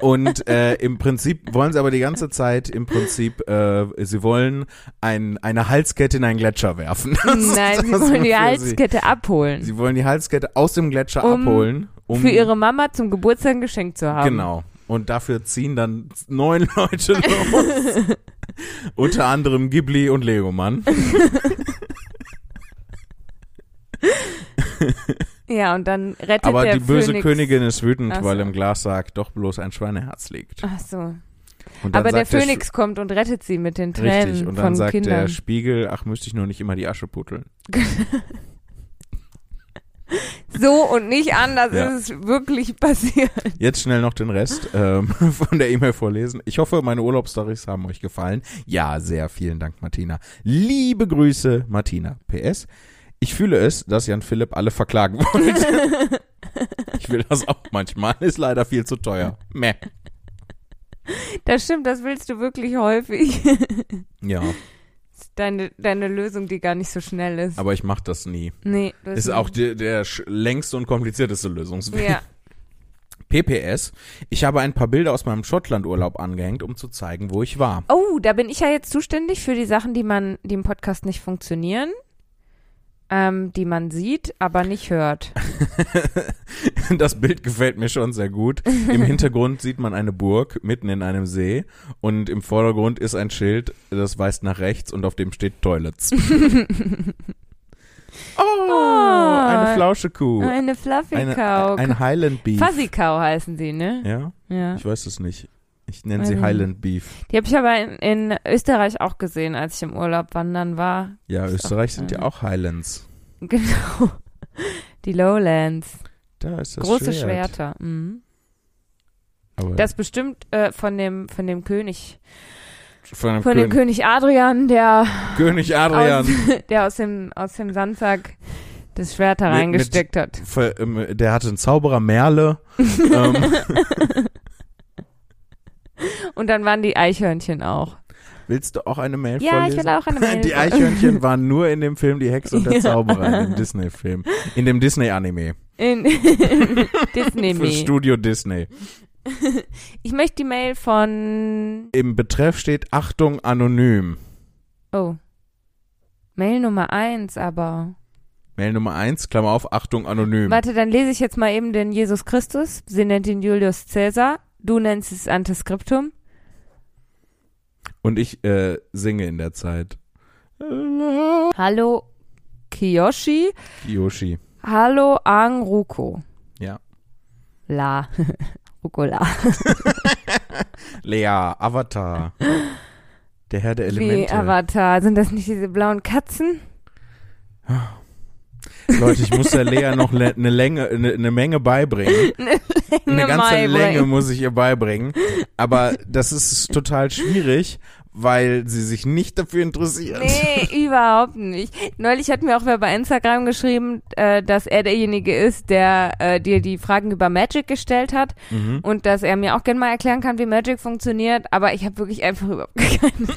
[SPEAKER 1] und äh, im Prinzip wollen sie aber die ganze Zeit, im Prinzip, äh, sie wollen ein, eine Halskette in einen Gletscher werfen. (laughs)
[SPEAKER 2] Nein, sie
[SPEAKER 1] Das
[SPEAKER 2] wollen die
[SPEAKER 1] für
[SPEAKER 2] Halskette abholen.
[SPEAKER 1] Sie. sie wollen die Halskette aus dem Gletscher
[SPEAKER 2] Um-
[SPEAKER 1] abholen. Um,
[SPEAKER 2] für ihre Mama zum Geburtstag ein Geschenk zu haben.
[SPEAKER 1] Genau. Und dafür ziehen dann neun Leute los.
[SPEAKER 2] (laughs)
[SPEAKER 1] Unter anderem Ghibli und Legoman.
[SPEAKER 2] (laughs) Ja, und dann rettet
[SPEAKER 1] Aber
[SPEAKER 2] der
[SPEAKER 1] die böse
[SPEAKER 2] Phönix.
[SPEAKER 1] Königin ist wütend,
[SPEAKER 2] Ach so.
[SPEAKER 1] weil im Glassack doch bloß ein Schweineherz liegt.
[SPEAKER 2] Ach so.
[SPEAKER 1] Und dann
[SPEAKER 2] Aber der
[SPEAKER 1] sagt Sch-
[SPEAKER 2] Phönix kommt und rettet sie mit den Tränen
[SPEAKER 1] Richtig, und dann
[SPEAKER 2] von
[SPEAKER 1] sagt
[SPEAKER 2] Kindern.
[SPEAKER 1] der Spiegel, ach, müsste ich nur nicht immer die Asche putteln.
[SPEAKER 2] (laughs) so und nicht anders
[SPEAKER 1] Ja.
[SPEAKER 2] ist es wirklich passiert. (laughs)
[SPEAKER 1] Jetzt schnell noch den Rest ähm, (laughs) von der E-Mail vorlesen. Ich hoffe, meine Urlaubsstories haben euch gefallen. Ja, sehr vielen Dank, Martina. Liebe Grüße, Martina. PS. Ich fühle es, dass Jan Philipp alle verklagen wollte.
[SPEAKER 2] (laughs)
[SPEAKER 1] ich will das auch manchmal. Ist leider viel zu teuer. Meh.
[SPEAKER 2] Das stimmt, das willst du wirklich häufig. (laughs)
[SPEAKER 1] Ja,
[SPEAKER 2] Deine, deine Lösung, die gar nicht so schnell ist.
[SPEAKER 1] aber ich mach das nie.
[SPEAKER 2] nee, das
[SPEAKER 1] Ist auch der, der sch- längste und komplizierteste Lösungsweg.
[SPEAKER 2] Ja.
[SPEAKER 1] PPS. Ich habe ein paar Bilder aus meinem Schottlandurlaub angehängt, um zu zeigen, wo ich war.
[SPEAKER 2] (laughs) Oh, da bin ich ja jetzt zuständig für die Sachen, die man, die im Podcast nicht funktionieren, ähm, die man sieht, aber nicht hört.
[SPEAKER 1] (laughs) Das Bild gefällt mir schon sehr gut.
[SPEAKER 2] (laughs)
[SPEAKER 1] Im Hintergrund sieht man eine Burg mitten in einem See und im Vordergrund ist ein Schild, das weist nach rechts und auf dem steht
[SPEAKER 2] (laughs)
[SPEAKER 1] Toilets. oh, eine Flauschekuh.
[SPEAKER 2] Eine Fluffy
[SPEAKER 1] Eine,
[SPEAKER 2] Cow.
[SPEAKER 1] ein Highland Beef.
[SPEAKER 2] Fuzzy Cow heißen sie, ne?
[SPEAKER 1] Ja,
[SPEAKER 2] Ja.
[SPEAKER 1] ich weiß es nicht. Ich nenne sie
[SPEAKER 2] Weiß ich
[SPEAKER 1] Highland Beef.
[SPEAKER 2] Die habe ich aber in, in Österreich auch gesehen, als ich im Urlaub wandern war.
[SPEAKER 1] Ja, Österreich sind ja auch Highlands.
[SPEAKER 2] Genau. Die Lowlands.
[SPEAKER 1] Da ist das
[SPEAKER 2] Große
[SPEAKER 1] Schwert.
[SPEAKER 2] Schwerter. Mhm.
[SPEAKER 1] Aber
[SPEAKER 2] Das bestimmt äh, von dem von dem König.
[SPEAKER 1] von dem
[SPEAKER 2] Von dem
[SPEAKER 1] König,
[SPEAKER 2] König Adrian, der
[SPEAKER 1] König Adrian.
[SPEAKER 2] (laughs) aus, der aus dem aus dem Sandsack das Schwert da
[SPEAKER 1] Mit- mit-
[SPEAKER 2] reingesteckt hat.
[SPEAKER 1] Ver- ähm, Der hatte einen Zauberer Merle. ähm,
[SPEAKER 2] (laughs) Und dann waren die Eichhörnchen auch.
[SPEAKER 1] willst du auch eine Mail
[SPEAKER 2] Ja, ich
[SPEAKER 1] vorlesen?
[SPEAKER 2] will auch eine
[SPEAKER 1] (laughs)
[SPEAKER 2] Mail.
[SPEAKER 1] Die Eichhörnchen waren nur in dem Film Die Hexe und der
[SPEAKER 2] (laughs) Ja.
[SPEAKER 1] Zauberer, in dem Disney-Film. In dem Disney-Anime. (laughs)
[SPEAKER 2] In Disney.
[SPEAKER 1] Für
[SPEAKER 2] Mail.
[SPEAKER 1] Studio Disney.
[SPEAKER 2] (laughs) Ich möchte die Mail von
[SPEAKER 1] Im Betreff steht Achtung anonym.
[SPEAKER 2] Oh. Mail Nummer eins, aber
[SPEAKER 1] Mail Nummer eins, Klammer auf, Achtung anonym.
[SPEAKER 2] Warte, dann lese ich jetzt mal eben den Jesus Christus. Sie nennt ihn Julius Caesar. Du nennst es Antiskriptum.
[SPEAKER 1] Und ich äh, singe in der Zeit.
[SPEAKER 2] Hallo Kiyoshi.
[SPEAKER 1] Yoshi.
[SPEAKER 2] Hallo Ang Ruko.
[SPEAKER 1] Ja.
[SPEAKER 2] La. (laughs) Ruko la.
[SPEAKER 1] Lea,
[SPEAKER 2] (gasps)
[SPEAKER 1] Avatar. Der Herr der
[SPEAKER 2] Wie
[SPEAKER 1] Elemente.
[SPEAKER 2] Avatar. Sind das nicht diese blauen Katzen?
[SPEAKER 1] Leute, ich muss der Lea noch le- eine Länge, eine, eine Menge
[SPEAKER 2] (laughs)
[SPEAKER 1] beibringen. Eine ganze
[SPEAKER 2] Mai,
[SPEAKER 1] Länge
[SPEAKER 2] Mai.
[SPEAKER 1] muss ich ihr beibringen. Aber das ist total schwierig, weil sie sich nicht dafür interessiert.
[SPEAKER 2] Nee, (laughs) überhaupt nicht. Neulich hat mir auch wer bei Instagram geschrieben, äh, dass er derjenige ist, der äh, dir die Fragen über Magic gestellt hat
[SPEAKER 1] Mhm.
[SPEAKER 2] und dass er mir auch gerne mal erklären kann, wie Magic funktioniert, aber ich habe wirklich einfach überhaupt (laughs) kein,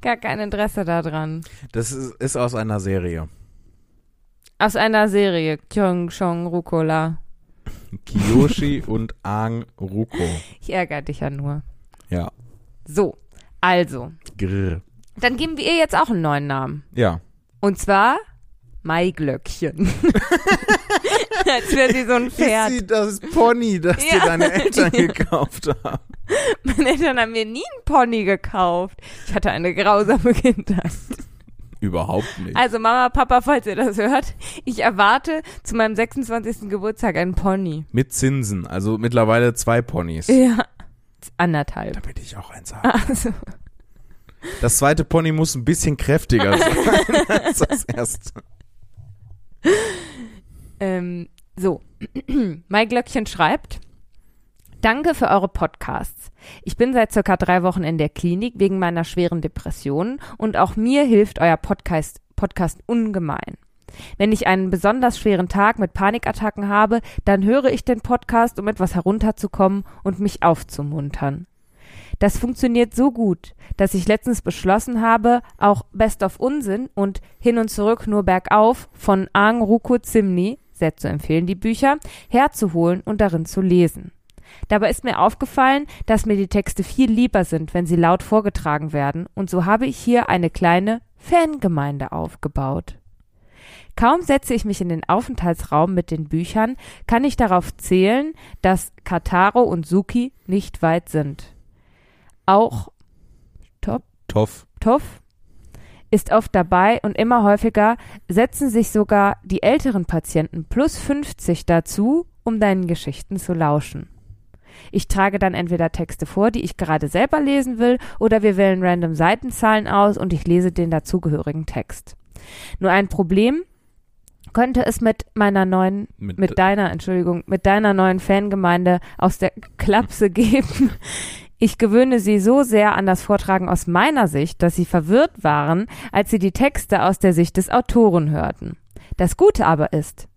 [SPEAKER 2] gar kein Interesse daran.
[SPEAKER 1] Das ist, ist aus einer Serie.
[SPEAKER 2] Aus einer Serie, Kyung Chong Rucola. (laughs)
[SPEAKER 1] Kiyoshi und Aang Ruko.
[SPEAKER 2] Ich ärgere dich ja nur.
[SPEAKER 1] Ja.
[SPEAKER 2] So, also,
[SPEAKER 1] Grr.
[SPEAKER 2] dann geben wir ihr jetzt auch einen neuen Namen.
[SPEAKER 1] Ja.
[SPEAKER 2] Und zwar Maiglöckchen. (laughs) Als wäre sie so ein
[SPEAKER 1] Ist
[SPEAKER 2] Pferd.
[SPEAKER 1] sie das Pony, das dir
[SPEAKER 2] (laughs) Ja.
[SPEAKER 1] deine Eltern gekauft haben?
[SPEAKER 2] (laughs) Meine Eltern haben mir nie einen Pony gekauft. Ich hatte eine grausame (laughs) Kindheit.
[SPEAKER 1] Überhaupt nicht.
[SPEAKER 2] Also Mama, Papa, falls ihr das hört, ich erwarte zu meinem 26. Geburtstag einen Pony.
[SPEAKER 1] Mit Zinsen, also mittlerweile zwei Ponys.
[SPEAKER 2] Ja. Anderthalb.
[SPEAKER 1] Damit ich auch eins habe.
[SPEAKER 2] Also,
[SPEAKER 1] Das zweite Pony muss ein bisschen kräftiger
[SPEAKER 2] (laughs)
[SPEAKER 1] sein als das erste.
[SPEAKER 2] ähm, so. (clears throat) mein Glöckchen schreibt. Danke für eure Podcasts. Ich bin seit circa drei Wochen in der Klinik wegen meiner schweren Depression und auch mir hilft euer Podcast, Podcast ungemein. Wenn ich einen besonders schweren Tag mit Panikattacken habe, dann höre ich den Podcast, um etwas herunterzukommen und mich aufzumuntern. Das funktioniert so gut, dass ich letztens beschlossen habe, auch Best of Unsinn und Hin und Zurück nur bergauf von Aang Ruko Zimni, sehr zu empfehlen die Bücher, herzuholen und darin zu lesen. Dabei ist mir aufgefallen, dass mir die Texte viel lieber sind, wenn sie laut vorgetragen werden, und so habe ich hier eine kleine Fangemeinde aufgebaut. Kaum setze ich mich in den Aufenthaltsraum mit den Büchern, kann ich darauf zählen, dass Kataro und Suki nicht weit sind. Auch
[SPEAKER 1] Toff.
[SPEAKER 2] Tuff ist oft dabei und immer häufiger setzen sich sogar die älteren Patienten plus 50 dazu, um deinen Geschichten zu lauschen. Ich trage dann entweder Texte vor, die ich gerade selber lesen will, oder wir wählen random Seitenzahlen aus und ich lese den dazugehörigen Text. Nur ein Problem könnte es mit meiner neuen mit deiner, Entschuldigung, mit deiner neuen Fangemeinde aus der Klapse (laughs) geben. Ich gewöhne sie so sehr an das Vortragen aus meiner Sicht, dass sie verwirrt waren, als sie die Texte aus der Sicht des Autoren hörten. Das Gute aber ist,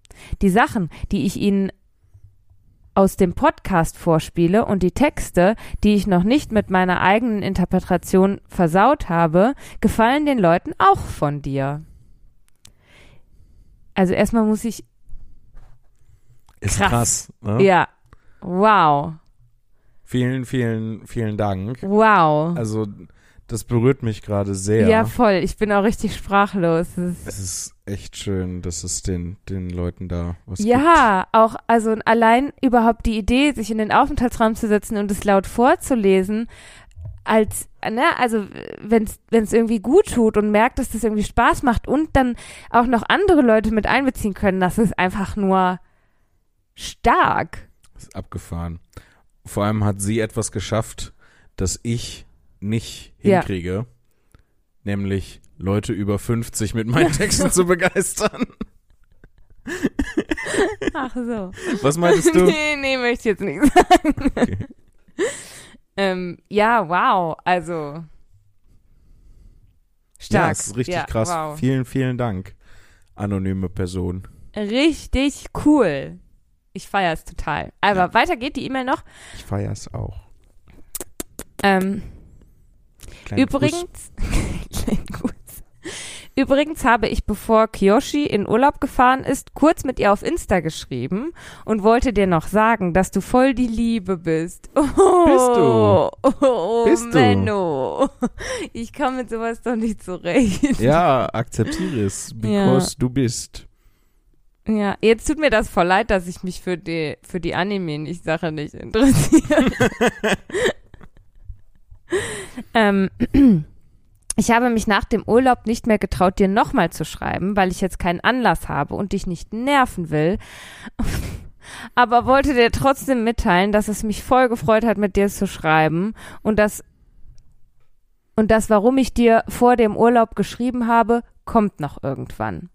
[SPEAKER 2] die Sachen, die ich ihnen aus dem Podcast vorspiele und die Texte, die ich noch nicht mit meiner eigenen Interpretation versaut habe, gefallen den Leuten auch von dir. Also erstmal muss ich
[SPEAKER 1] ist krass.
[SPEAKER 2] krass.
[SPEAKER 1] ne?
[SPEAKER 2] ja. Wow.
[SPEAKER 1] Vielen, vielen, vielen Dank.
[SPEAKER 2] Wow.
[SPEAKER 1] Also, das berührt mich gerade sehr.
[SPEAKER 2] Ja. voll. Ich bin auch richtig sprachlos. Das ist-
[SPEAKER 1] Es ist echt schön, dass es den, den Leuten da was gibt.
[SPEAKER 2] Ja, auch, also allein überhaupt die Idee, sich in den Aufenthaltsraum zu setzen und es laut vorzulesen, als, ne, also wenn es irgendwie gut tut und merkt, dass das irgendwie Spaß macht und dann auch noch andere Leute mit einbeziehen können, das ist einfach nur stark.
[SPEAKER 1] Ist abgefahren. Vor allem hat sie etwas geschafft, das ich nicht
[SPEAKER 2] Ja.
[SPEAKER 1] hinkriege. Nämlich Leute über 50 mit meinen Texten zu
[SPEAKER 2] (laughs)
[SPEAKER 1] begeistern.
[SPEAKER 2] Ach so.
[SPEAKER 1] Was meinst du?
[SPEAKER 2] (laughs) nee, nee, möchte ich jetzt nicht sagen.
[SPEAKER 1] Okay.
[SPEAKER 2] (laughs) Ähm, ja, wow. Also. Stark.
[SPEAKER 1] Ja, es ist richtig
[SPEAKER 2] Ja,
[SPEAKER 1] krass.
[SPEAKER 2] Wow.
[SPEAKER 1] Vielen, vielen Dank, anonyme Person.
[SPEAKER 2] Richtig cool. Ich feiere es total. Aber
[SPEAKER 1] Ja.
[SPEAKER 2] weiter geht die E-Mail noch.
[SPEAKER 1] Ich feiere es auch.
[SPEAKER 2] Ähm,
[SPEAKER 1] Kleinen Kuss.
[SPEAKER 2] übrigens, (laughs) Kleinen Gruß. übrigens habe ich, bevor Kiyoshi in Urlaub gefahren ist, kurz mit ihr auf Insta geschrieben und wollte dir noch sagen, dass du voll die Liebe bist. (laughs) Oh,
[SPEAKER 1] Bist du?
[SPEAKER 2] Oh, oh,
[SPEAKER 1] Bist du?
[SPEAKER 2] Menno. Ich komme mit sowas doch nicht zurecht.
[SPEAKER 1] Ja, akzeptiere
[SPEAKER 2] (laughs)
[SPEAKER 1] es, because du bist.
[SPEAKER 2] Ja, jetzt tut mir das voll leid, dass ich mich für die, für die Anime-Sache nicht interessiere. ähm, (clears throat) ich habe mich nach dem Urlaub nicht mehr getraut, dir nochmal zu schreiben, weil ich jetzt keinen Anlass habe und dich nicht nerven will. (laughs) Aber wollte dir trotzdem mitteilen, dass es mich voll gefreut hat, mit dir zu schreiben und das und das, warum ich dir vor dem Urlaub geschrieben habe, kommt noch irgendwann.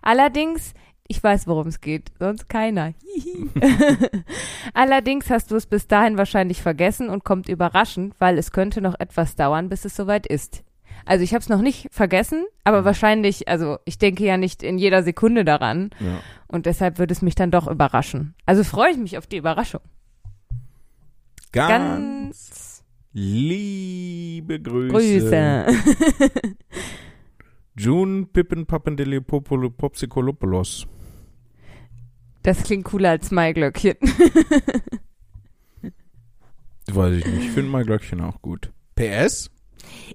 [SPEAKER 2] Allerdings, ich weiß, worum es geht, sonst keiner. Hihi. (laughs) Allerdings hast du es bis dahin wahrscheinlich vergessen und kommt überraschend, weil es könnte noch etwas dauern, bis es soweit ist. Also ich habe es noch nicht vergessen, aber wahrscheinlich, also ich denke ja nicht in jeder Sekunde daran.
[SPEAKER 1] Ja.
[SPEAKER 2] Und deshalb würde es mich dann doch überraschen. Also freue ich mich auf die Überraschung.
[SPEAKER 1] Ah, Ganz
[SPEAKER 2] Ganz
[SPEAKER 1] liebe Grüße.
[SPEAKER 2] Grüße.
[SPEAKER 1] June Pippen Pappendeliopopolo Popsikolopoulos.
[SPEAKER 2] Das klingt cooler als mein Glöckchen.
[SPEAKER 1] Weiß ich nicht. Ich finde mein Glöckchen auch gut. PS?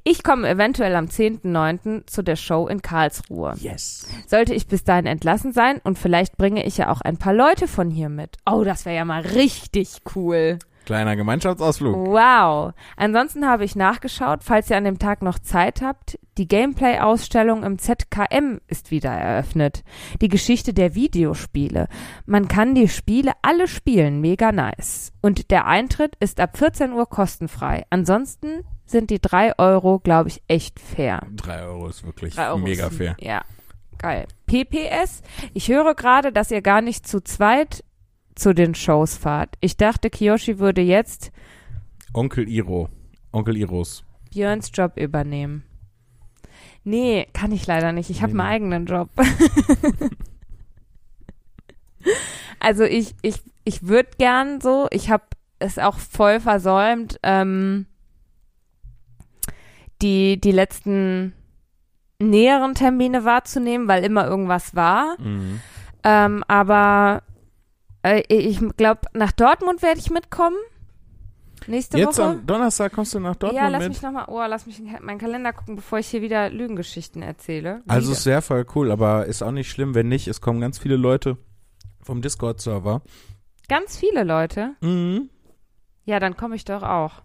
[SPEAKER 2] Ich komme eventuell am 10.9. zu der Show in Karlsruhe.
[SPEAKER 1] Yes.
[SPEAKER 2] Sollte ich bis dahin entlassen sein und vielleicht bringe ich ja auch ein paar Leute von hier mit. Oh, das wäre ja mal richtig cool.
[SPEAKER 1] Kleiner
[SPEAKER 2] Oh.
[SPEAKER 1] Gemeinschaftsausflug.
[SPEAKER 2] Wow. Ansonsten habe ich nachgeschaut, falls ihr an dem Tag noch Zeit habt, die Gameplay-Ausstellung im ZKM ist wieder eröffnet. Die Geschichte der Videospiele. Man kann die Spiele alle spielen, mega nice. Und der Eintritt ist ab 14 Uhr kostenfrei. Ansonsten sind die drei Euro, glaube ich, echt fair.
[SPEAKER 1] Drei Euro ist wirklich
[SPEAKER 2] Drei Euro
[SPEAKER 1] mega
[SPEAKER 2] sind-
[SPEAKER 1] fair.
[SPEAKER 2] Ja, geil. PPS, ich höre gerade, dass ihr gar nicht zu zweit zu den Shows fahrt. Ich dachte, Kiyoshi würde jetzt
[SPEAKER 1] Onkel Iro. Onkel Iros.
[SPEAKER 2] Björns Job übernehmen. Nee, kann ich leider nicht. Ich habe
[SPEAKER 1] Nee,
[SPEAKER 2] meinen eigenen Job. (laughs) also ich, ich, ich würde gern so, ich habe es auch voll versäumt, ähm, die, die letzten näheren Termine wahrzunehmen, weil immer irgendwas war.
[SPEAKER 1] Mhm.
[SPEAKER 2] Ähm, aber äh, ich glaube, nach Dortmund werde ich mitkommen. Nächste
[SPEAKER 1] Jetzt
[SPEAKER 2] Woche.
[SPEAKER 1] am Donnerstag kommst du nach Dortmund
[SPEAKER 2] ja, lass
[SPEAKER 1] mit.
[SPEAKER 2] mich nochmal, oh, lass mich in Ka- meinen Kalender gucken, bevor ich hier wieder Lügengeschichten erzähle.
[SPEAKER 1] Also
[SPEAKER 2] wieder.
[SPEAKER 1] es wäre voll cool, aber ist auch nicht schlimm, wenn nicht. Es kommen ganz viele Leute vom Discord-Server.
[SPEAKER 2] Ganz viele Leute.
[SPEAKER 1] Mhm.
[SPEAKER 2] Ja, dann komme ich doch auch.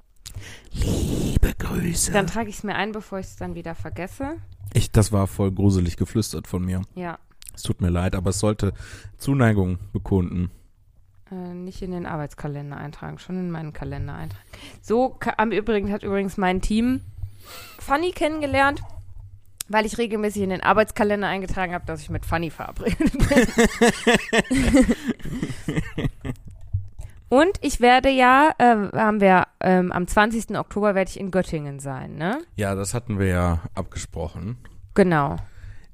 [SPEAKER 1] Liebe Grüße.
[SPEAKER 2] Dann trage ich es mir ein, bevor ich es dann wieder vergesse.
[SPEAKER 1] Ich, das war voll gruselig geflüstert von mir.
[SPEAKER 2] Ja,
[SPEAKER 1] Es tut mir leid, aber es sollte Zuneigung bekunden.
[SPEAKER 2] äh, nicht in den Arbeitskalender eintragen, schon in meinen Kalender eintragen. So ka- am Übrigen hat übrigens mein Team Fanny kennengelernt, weil ich regelmäßig in den Arbeitskalender eingetragen habe, dass ich mit Fanny verabredet bin. Und ich werde ja, äh, haben wir, ähm, am 20. Oktober werde ich in Göttingen sein, ne?
[SPEAKER 1] Ja, das hatten wir ja abgesprochen.
[SPEAKER 2] Genau.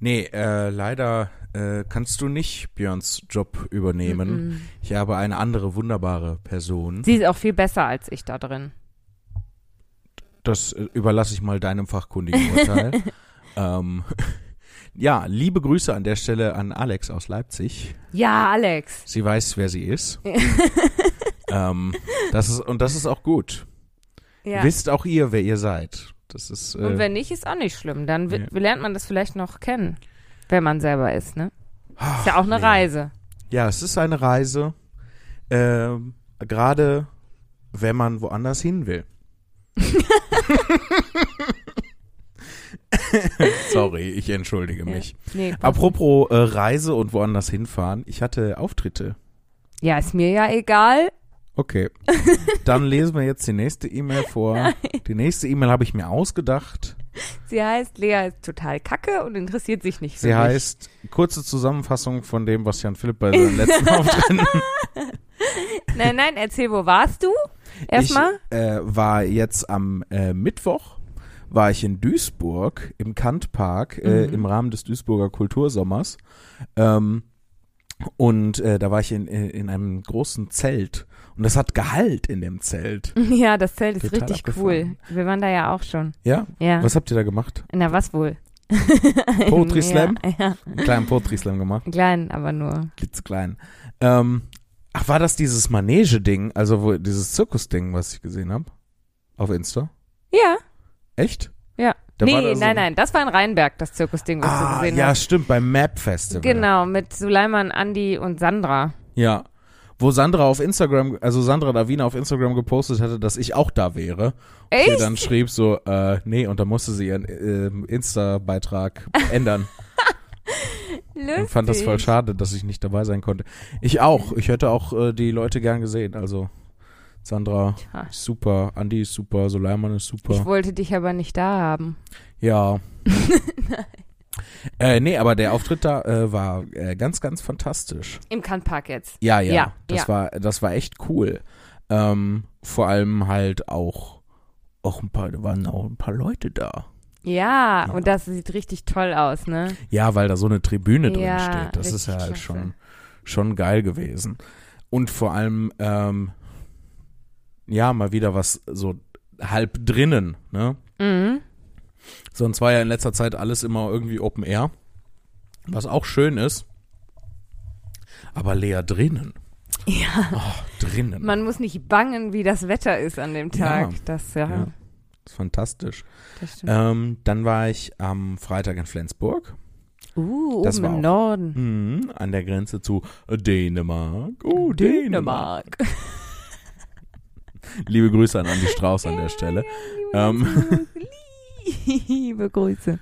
[SPEAKER 1] Nee, äh, leider äh, kannst du nicht Björns Job übernehmen.
[SPEAKER 2] Mhm.
[SPEAKER 1] Ich habe eine andere wunderbare Person.
[SPEAKER 2] Sie ist auch viel besser als ich da drin.
[SPEAKER 1] Das äh, überlasse ich mal deinem fachkundigen
[SPEAKER 2] (laughs)
[SPEAKER 1] Urteil. ähm, (laughs) ja, liebe Grüße an der Stelle an Alex aus Leipzig.
[SPEAKER 2] Ja, Alex.
[SPEAKER 1] Sie weiß, wer sie
[SPEAKER 2] (laughs)
[SPEAKER 1] ist. ähm, das ist und das ist auch gut.
[SPEAKER 2] Ja.
[SPEAKER 1] Wisst auch ihr, wer ihr seid. Das ist äh,
[SPEAKER 2] Und wenn nicht, ist auch nicht schlimm. Dann wi-
[SPEAKER 1] Ja.
[SPEAKER 2] lernt man das vielleicht noch kennen, wenn man selber ist, ne?
[SPEAKER 1] ach,
[SPEAKER 2] Ist ja auch eine
[SPEAKER 1] nee.
[SPEAKER 2] Reise.
[SPEAKER 1] Ja, es ist eine Reise. Ähm, gerade wenn man woanders hin
[SPEAKER 2] (laughs)
[SPEAKER 1] will. (laughs) Sorry, ich entschuldige mich.
[SPEAKER 2] Nee, passt.
[SPEAKER 1] Apropos äh, Reise und woanders hinfahren, ich hatte Auftritte.
[SPEAKER 2] ja, ist mir ja egal.
[SPEAKER 1] Okay. (laughs) Dann lesen wir jetzt die nächste E-Mail vor. Die nächste E-Mail habe ich mir ausgedacht.
[SPEAKER 2] Sie heißt, Lea ist total kacke und interessiert sich nicht für
[SPEAKER 1] Sie
[SPEAKER 2] mich.
[SPEAKER 1] heißt (laughs) kurze Zusammenfassung von dem, was Jan Philipp bei
[SPEAKER 2] (laughs)
[SPEAKER 1] seinen letzten Auftritten.
[SPEAKER 2] Nein, nein, erzähl, wo warst du? Erstmal?
[SPEAKER 1] Ich äh, war jetzt am äh, Mittwoch war ich in Duisburg im Kantpark äh,
[SPEAKER 2] Mhm.
[SPEAKER 1] im Rahmen des Duisburger Kultursommers. Ähm, und äh, da war ich in, in, in einem großen Zelt und das hat Gehalt in dem Zelt.
[SPEAKER 2] Ja, das Zelt ist
[SPEAKER 1] Total
[SPEAKER 2] richtig
[SPEAKER 1] abgefahren.
[SPEAKER 2] cool. Wir waren da ja auch schon.
[SPEAKER 1] Ja?
[SPEAKER 2] Ja.
[SPEAKER 1] Was habt ihr da gemacht?
[SPEAKER 2] Na, was wohl?
[SPEAKER 1] Poetry Slam?
[SPEAKER 2] (laughs) Ja, ja.
[SPEAKER 1] Einen kleinen Poetry Slam gemacht.
[SPEAKER 2] Klein, aber nur.
[SPEAKER 1] Klitzeklein. Ähm, ach, war das dieses Manege-Ding, also wo, dieses Zirkus-Ding, was ich gesehen habe? Auf Insta?
[SPEAKER 2] Ja,
[SPEAKER 1] Echt?
[SPEAKER 2] ja.
[SPEAKER 1] Da war da
[SPEAKER 2] nee,
[SPEAKER 1] so-
[SPEAKER 2] nein, nein, das war in Rheinberg, das Zirkusding, was du
[SPEAKER 1] Ah,
[SPEAKER 2] gesehen
[SPEAKER 1] ja,
[SPEAKER 2] hast.
[SPEAKER 1] stimmt, beim Map-Festival.
[SPEAKER 2] Genau, mit Suleiman, Andi und Sandra.
[SPEAKER 1] Ja. Wo Sandra auf Instagram, also Sandra Davina auf Instagram gepostet hatte, dass ich auch da wäre. Und ihr
[SPEAKER 2] Echt?
[SPEAKER 1] dann schrieb so, äh, nee, und dann musste sie ihren ähm,
[SPEAKER 2] (laughs)
[SPEAKER 1] Insta-Beitrag ändern.
[SPEAKER 2] Lustig.
[SPEAKER 1] und fand das voll schade, dass ich nicht dabei sein konnte. Ich auch. Ich hätte auch äh, die Leute gern gesehen. Also Sandra
[SPEAKER 2] Tja.
[SPEAKER 1] ist super, Andi ist super, Soleiman ist
[SPEAKER 2] Ich
[SPEAKER 1] super.
[SPEAKER 2] wollte dich aber nicht da haben. (laughs)
[SPEAKER 1] Ja. Äh, nee, aber der Auftritt da äh, war äh, ganz, ganz fantastisch.
[SPEAKER 2] Im Kantpark jetzt.
[SPEAKER 1] Ja, ja.
[SPEAKER 2] Ja,
[SPEAKER 1] das
[SPEAKER 2] ja.
[SPEAKER 1] war, das war echt cool. Ähm, vor allem halt auch, auch ein paar, da waren auch ein paar Leute da.
[SPEAKER 2] Ja,
[SPEAKER 1] Ja.
[SPEAKER 2] und das sieht richtig toll aus, ne?
[SPEAKER 1] Ja, weil da so eine Tribüne drin
[SPEAKER 2] Ja,
[SPEAKER 1] steht. Das
[SPEAKER 2] richtig
[SPEAKER 1] ist ja halt
[SPEAKER 2] klasse.
[SPEAKER 1] schon, schon geil gewesen. Und vor allem, ähm, ja, mal wieder was so halb drinnen, ne?
[SPEAKER 2] Mhm.
[SPEAKER 1] Sonst war ja in letzter Zeit alles immer irgendwie Open Air. Was auch schön ist. Aber leer drinnen.
[SPEAKER 2] Ja.
[SPEAKER 1] Oh, drinnen.
[SPEAKER 2] Man muss nicht bangen, wie das Wetter ist an dem
[SPEAKER 1] Ja.
[SPEAKER 2] Tag. Das ja.
[SPEAKER 1] Ja. Das ist fantastisch.
[SPEAKER 2] Das stimmt.
[SPEAKER 1] Ähm, dann war ich am Freitag in Flensburg,
[SPEAKER 2] uh,
[SPEAKER 1] Äh, das
[SPEAKER 2] oben
[SPEAKER 1] war
[SPEAKER 2] im
[SPEAKER 1] auch-
[SPEAKER 2] Norden.
[SPEAKER 1] mhm, an der Grenze zu Dänemark. Oh, Dänemark. Liebe Grüße an Andi Strauß an der Stelle.
[SPEAKER 2] Ja,
[SPEAKER 1] Ähm.
[SPEAKER 2] liebe, liebe Grüße.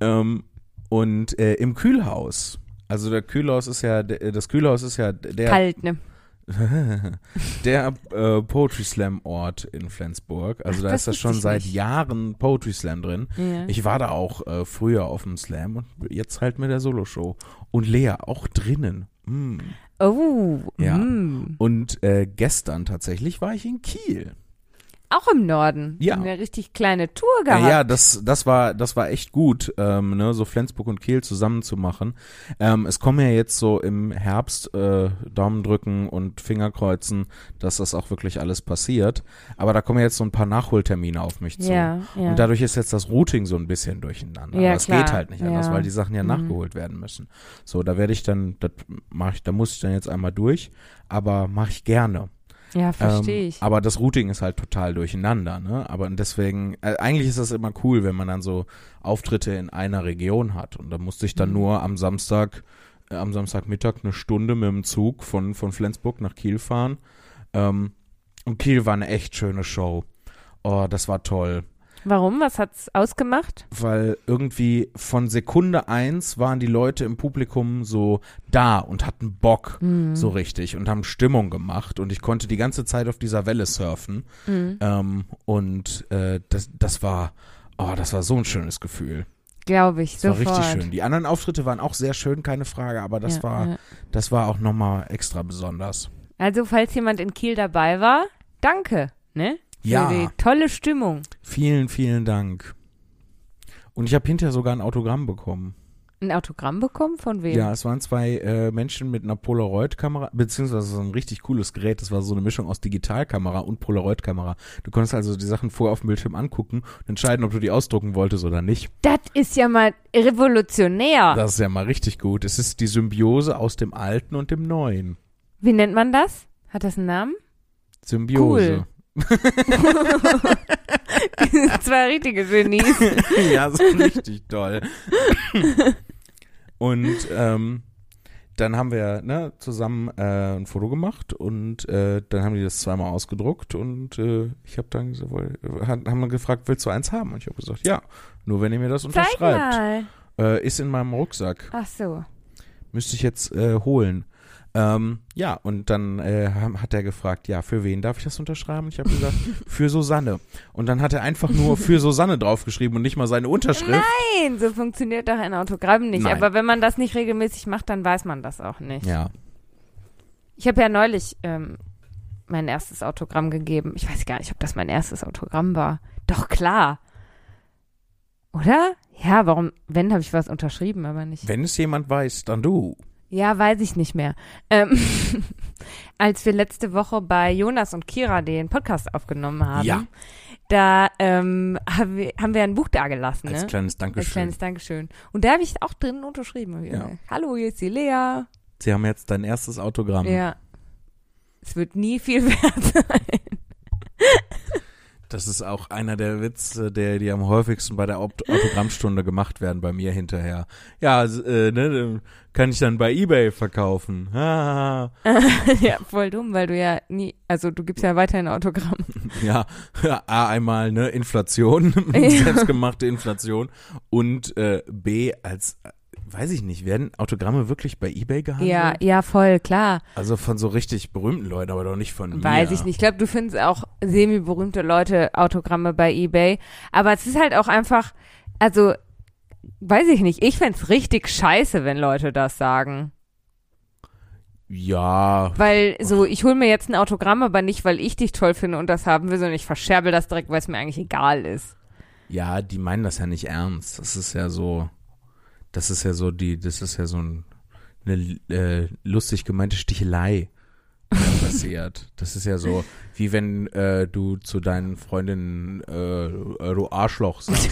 [SPEAKER 1] Ähm, und äh, im Kühlhaus. Also der Kühlhaus ist ja, der- das Kühlhaus ist (laughs) ja der,
[SPEAKER 2] Kalt, ne?
[SPEAKER 1] der äh, Poetry Slam Ort in Flensburg. Also
[SPEAKER 2] Ach,
[SPEAKER 1] da
[SPEAKER 2] das
[SPEAKER 1] ist das
[SPEAKER 2] wusste
[SPEAKER 1] schon
[SPEAKER 2] ich
[SPEAKER 1] seit
[SPEAKER 2] nicht.
[SPEAKER 1] Jahren Poetry Slam drin.
[SPEAKER 2] Ja.
[SPEAKER 1] Ich war da auch äh, früher auf dem Slam und jetzt halt mit der Soloshow. Und Lea auch drinnen. Mm.
[SPEAKER 2] oh,
[SPEAKER 1] Ja.
[SPEAKER 2] mm.
[SPEAKER 1] Und äh, gestern tatsächlich war ich in Kiel.
[SPEAKER 2] auch im Norden.
[SPEAKER 1] Ja.
[SPEAKER 2] Eine richtig kleine Tour
[SPEAKER 1] Ja,
[SPEAKER 2] gehabt.
[SPEAKER 1] ja das, das, war, das war echt gut, ähm, ne, so Flensburg und Kiel zusammen zu machen. Ähm, es kommen ja jetzt so im Herbst äh, Daumen drücken und Fingerkreuzen, dass das auch wirklich alles passiert. Aber da kommen ja jetzt so ein paar Nachholtermine auf mich zu.
[SPEAKER 2] ja, ja.
[SPEAKER 1] Und dadurch ist jetzt das Routing so ein bisschen durcheinander.
[SPEAKER 2] Ja,
[SPEAKER 1] Aber es
[SPEAKER 2] klar.
[SPEAKER 1] geht halt nicht anders,
[SPEAKER 2] Ja.
[SPEAKER 1] weil die Sachen ja
[SPEAKER 2] Mhm.
[SPEAKER 1] nachgeholt werden müssen. So, da werde ich dann, das mache ich, da muss ich dann jetzt einmal durch, aber mache ich gerne.
[SPEAKER 2] ja, verstehe
[SPEAKER 1] Ähm,
[SPEAKER 2] ich.
[SPEAKER 1] Aber das Routing ist halt total durcheinander, ne? Aber deswegen, äh, eigentlich ist das immer cool, wenn man dann so Auftritte in einer Region hat. Und da musste ich dann
[SPEAKER 2] Mhm.
[SPEAKER 1] nur am Samstag, äh, am Samstagmittag eine Stunde mit dem Zug von, von Flensburg nach Kiel fahren. Ähm, und Kiel war eine echt schöne Show. Oh, das war toll.
[SPEAKER 2] Warum? Was hat's ausgemacht?
[SPEAKER 1] Weil irgendwie von Sekunde eins waren die Leute im Publikum so da und hatten Bock
[SPEAKER 2] Mhm.
[SPEAKER 1] so richtig und haben Stimmung gemacht und ich konnte die ganze Zeit auf dieser Welle surfen
[SPEAKER 2] Mhm.
[SPEAKER 1] ähm, und äh, das, das war oh, das war so ein schönes Gefühl.
[SPEAKER 2] Glaube ich,
[SPEAKER 1] Das
[SPEAKER 2] sofort.
[SPEAKER 1] war richtig schön. Die anderen Auftritte waren auch sehr schön, keine Frage, aber das
[SPEAKER 2] Ja,
[SPEAKER 1] war
[SPEAKER 2] ja.
[SPEAKER 1] das war auch nochmal extra besonders.
[SPEAKER 2] Also, falls jemand in Kiel dabei war, danke, ne? Für die
[SPEAKER 1] Ja,
[SPEAKER 2] tolle Stimmung.
[SPEAKER 1] vielen, vielen Dank. Und ich habe hinterher sogar ein Autogramm bekommen.
[SPEAKER 2] Ein Autogramm bekommen von wem?
[SPEAKER 1] Ja, es waren zwei äh, Menschen mit einer Polaroid-Kamera, beziehungsweise so ein richtig cooles Gerät. Das war so eine Mischung aus Digitalkamera und Polaroid-Kamera. Du konntest also die Sachen vorher auf dem Bildschirm angucken und entscheiden, ob du die ausdrucken wolltest oder nicht.
[SPEAKER 2] Das ist ja mal revolutionär.
[SPEAKER 1] Das ist ja mal richtig gut. Es ist die Symbiose aus dem Alten und dem Neuen.
[SPEAKER 2] Wie nennt man das? Hat das einen Namen? (laughs)
[SPEAKER 1] Symbiose.
[SPEAKER 2] Zwei richtige Genies.
[SPEAKER 1] (laughs) ja, so richtig toll. und ähm, dann haben wir ne, zusammen äh, ein Foto gemacht und äh, dann haben die das zweimal ausgedruckt und äh, ich habe dann gesagt, woll- hat- haben wir gefragt, willst du eins haben? Und ich habe gesagt, ja, nur wenn ihr mir das
[SPEAKER 2] Zeig
[SPEAKER 1] unterschreibt.
[SPEAKER 2] mal.
[SPEAKER 1] Äh, ist in meinem Rucksack,
[SPEAKER 2] Ach so.
[SPEAKER 1] müsste ich jetzt äh, holen. Ähm, ja, und dann äh, ham- hat er gefragt, ja, für wen darf ich das unterschreiben? Und ich habe
[SPEAKER 2] (laughs)
[SPEAKER 1] gesagt, für Susanne. Und dann hat er einfach nur für Susanne draufgeschrieben und nicht mal seine Unterschrift.
[SPEAKER 2] Nein, so funktioniert doch ein Autogramm nicht.
[SPEAKER 1] Nein.
[SPEAKER 2] Aber wenn man das nicht regelmäßig macht, dann weiß man das auch nicht.
[SPEAKER 1] Ja.
[SPEAKER 2] Ich habe ja neulich ähm, mein erstes Autogramm gegeben. Ich weiß gar nicht, ob das mein erstes Autogramm war. Doch klar. Oder? Ja, warum? Wenn habe ich was unterschrieben, aber nicht.
[SPEAKER 1] Wenn es jemand weiß, dann du.
[SPEAKER 2] Ja, weiß ich nicht mehr. Ähm, (laughs) als wir letzte Woche bei Jonas und Kira den Podcast aufgenommen haben,
[SPEAKER 1] Ja.
[SPEAKER 2] da ähm, haben, wir, haben wir ein Buch dagelassen.
[SPEAKER 1] Als
[SPEAKER 2] ne?
[SPEAKER 1] kleines
[SPEAKER 2] Als
[SPEAKER 1] Dankeschön.
[SPEAKER 2] kleines Dankeschön. Und da habe ich auch drinnen unterschrieben.
[SPEAKER 1] Ja.
[SPEAKER 2] Hallo, hier ist die Lea.
[SPEAKER 1] Sie haben jetzt dein erstes Autogramm.
[SPEAKER 2] Ja. Es wird nie viel (laughs) wert sein.
[SPEAKER 1] Das ist auch einer der Witze, der, die am häufigsten bei der Aut- Autogrammstunde gemacht werden bei mir hinterher. Ja, s- äh, ne, dann kann ich dann bei Ebay verkaufen. Ha, ha,
[SPEAKER 2] (laughs) ja, voll dumm, weil du ja nie, also du gibst ja weiterhin Autogramm.
[SPEAKER 1] ha. ja, (laughs) A, einmal ne, Inflation, (laughs)
[SPEAKER 2] Ja.
[SPEAKER 1] selbstgemachte Inflation und äh, B, als, äh, weiß ich nicht, werden Autogramme wirklich bei Ebay gehandelt?
[SPEAKER 2] Ja, ja, voll, klar.
[SPEAKER 1] Also von so richtig berühmten Leuten, aber doch nicht von
[SPEAKER 2] Weiß
[SPEAKER 1] mir.
[SPEAKER 2] ich nicht. Ich glaube, du findest auch semi-berühmte Leute Autogramme bei Ebay. Aber es ist halt auch einfach, also, weiß ich nicht. Ich fänd's richtig scheiße, wenn Leute das sagen.
[SPEAKER 1] Ja,
[SPEAKER 2] Weil so, ich hole mir jetzt ein Autogramm, aber nicht, weil ich dich toll finde und das haben will, sondern ich verscherbel das direkt, weil es mir eigentlich egal ist.
[SPEAKER 1] Ja, die meinen das ja nicht ernst. Das ist ja so, das ist ja so die, das ist ja so ein, eine äh, lustig gemeinte Stichelei die da passiert. Das ist ja so, wie wenn äh, du zu deinen Freundinnen äh, äh, du Arschloch sagst.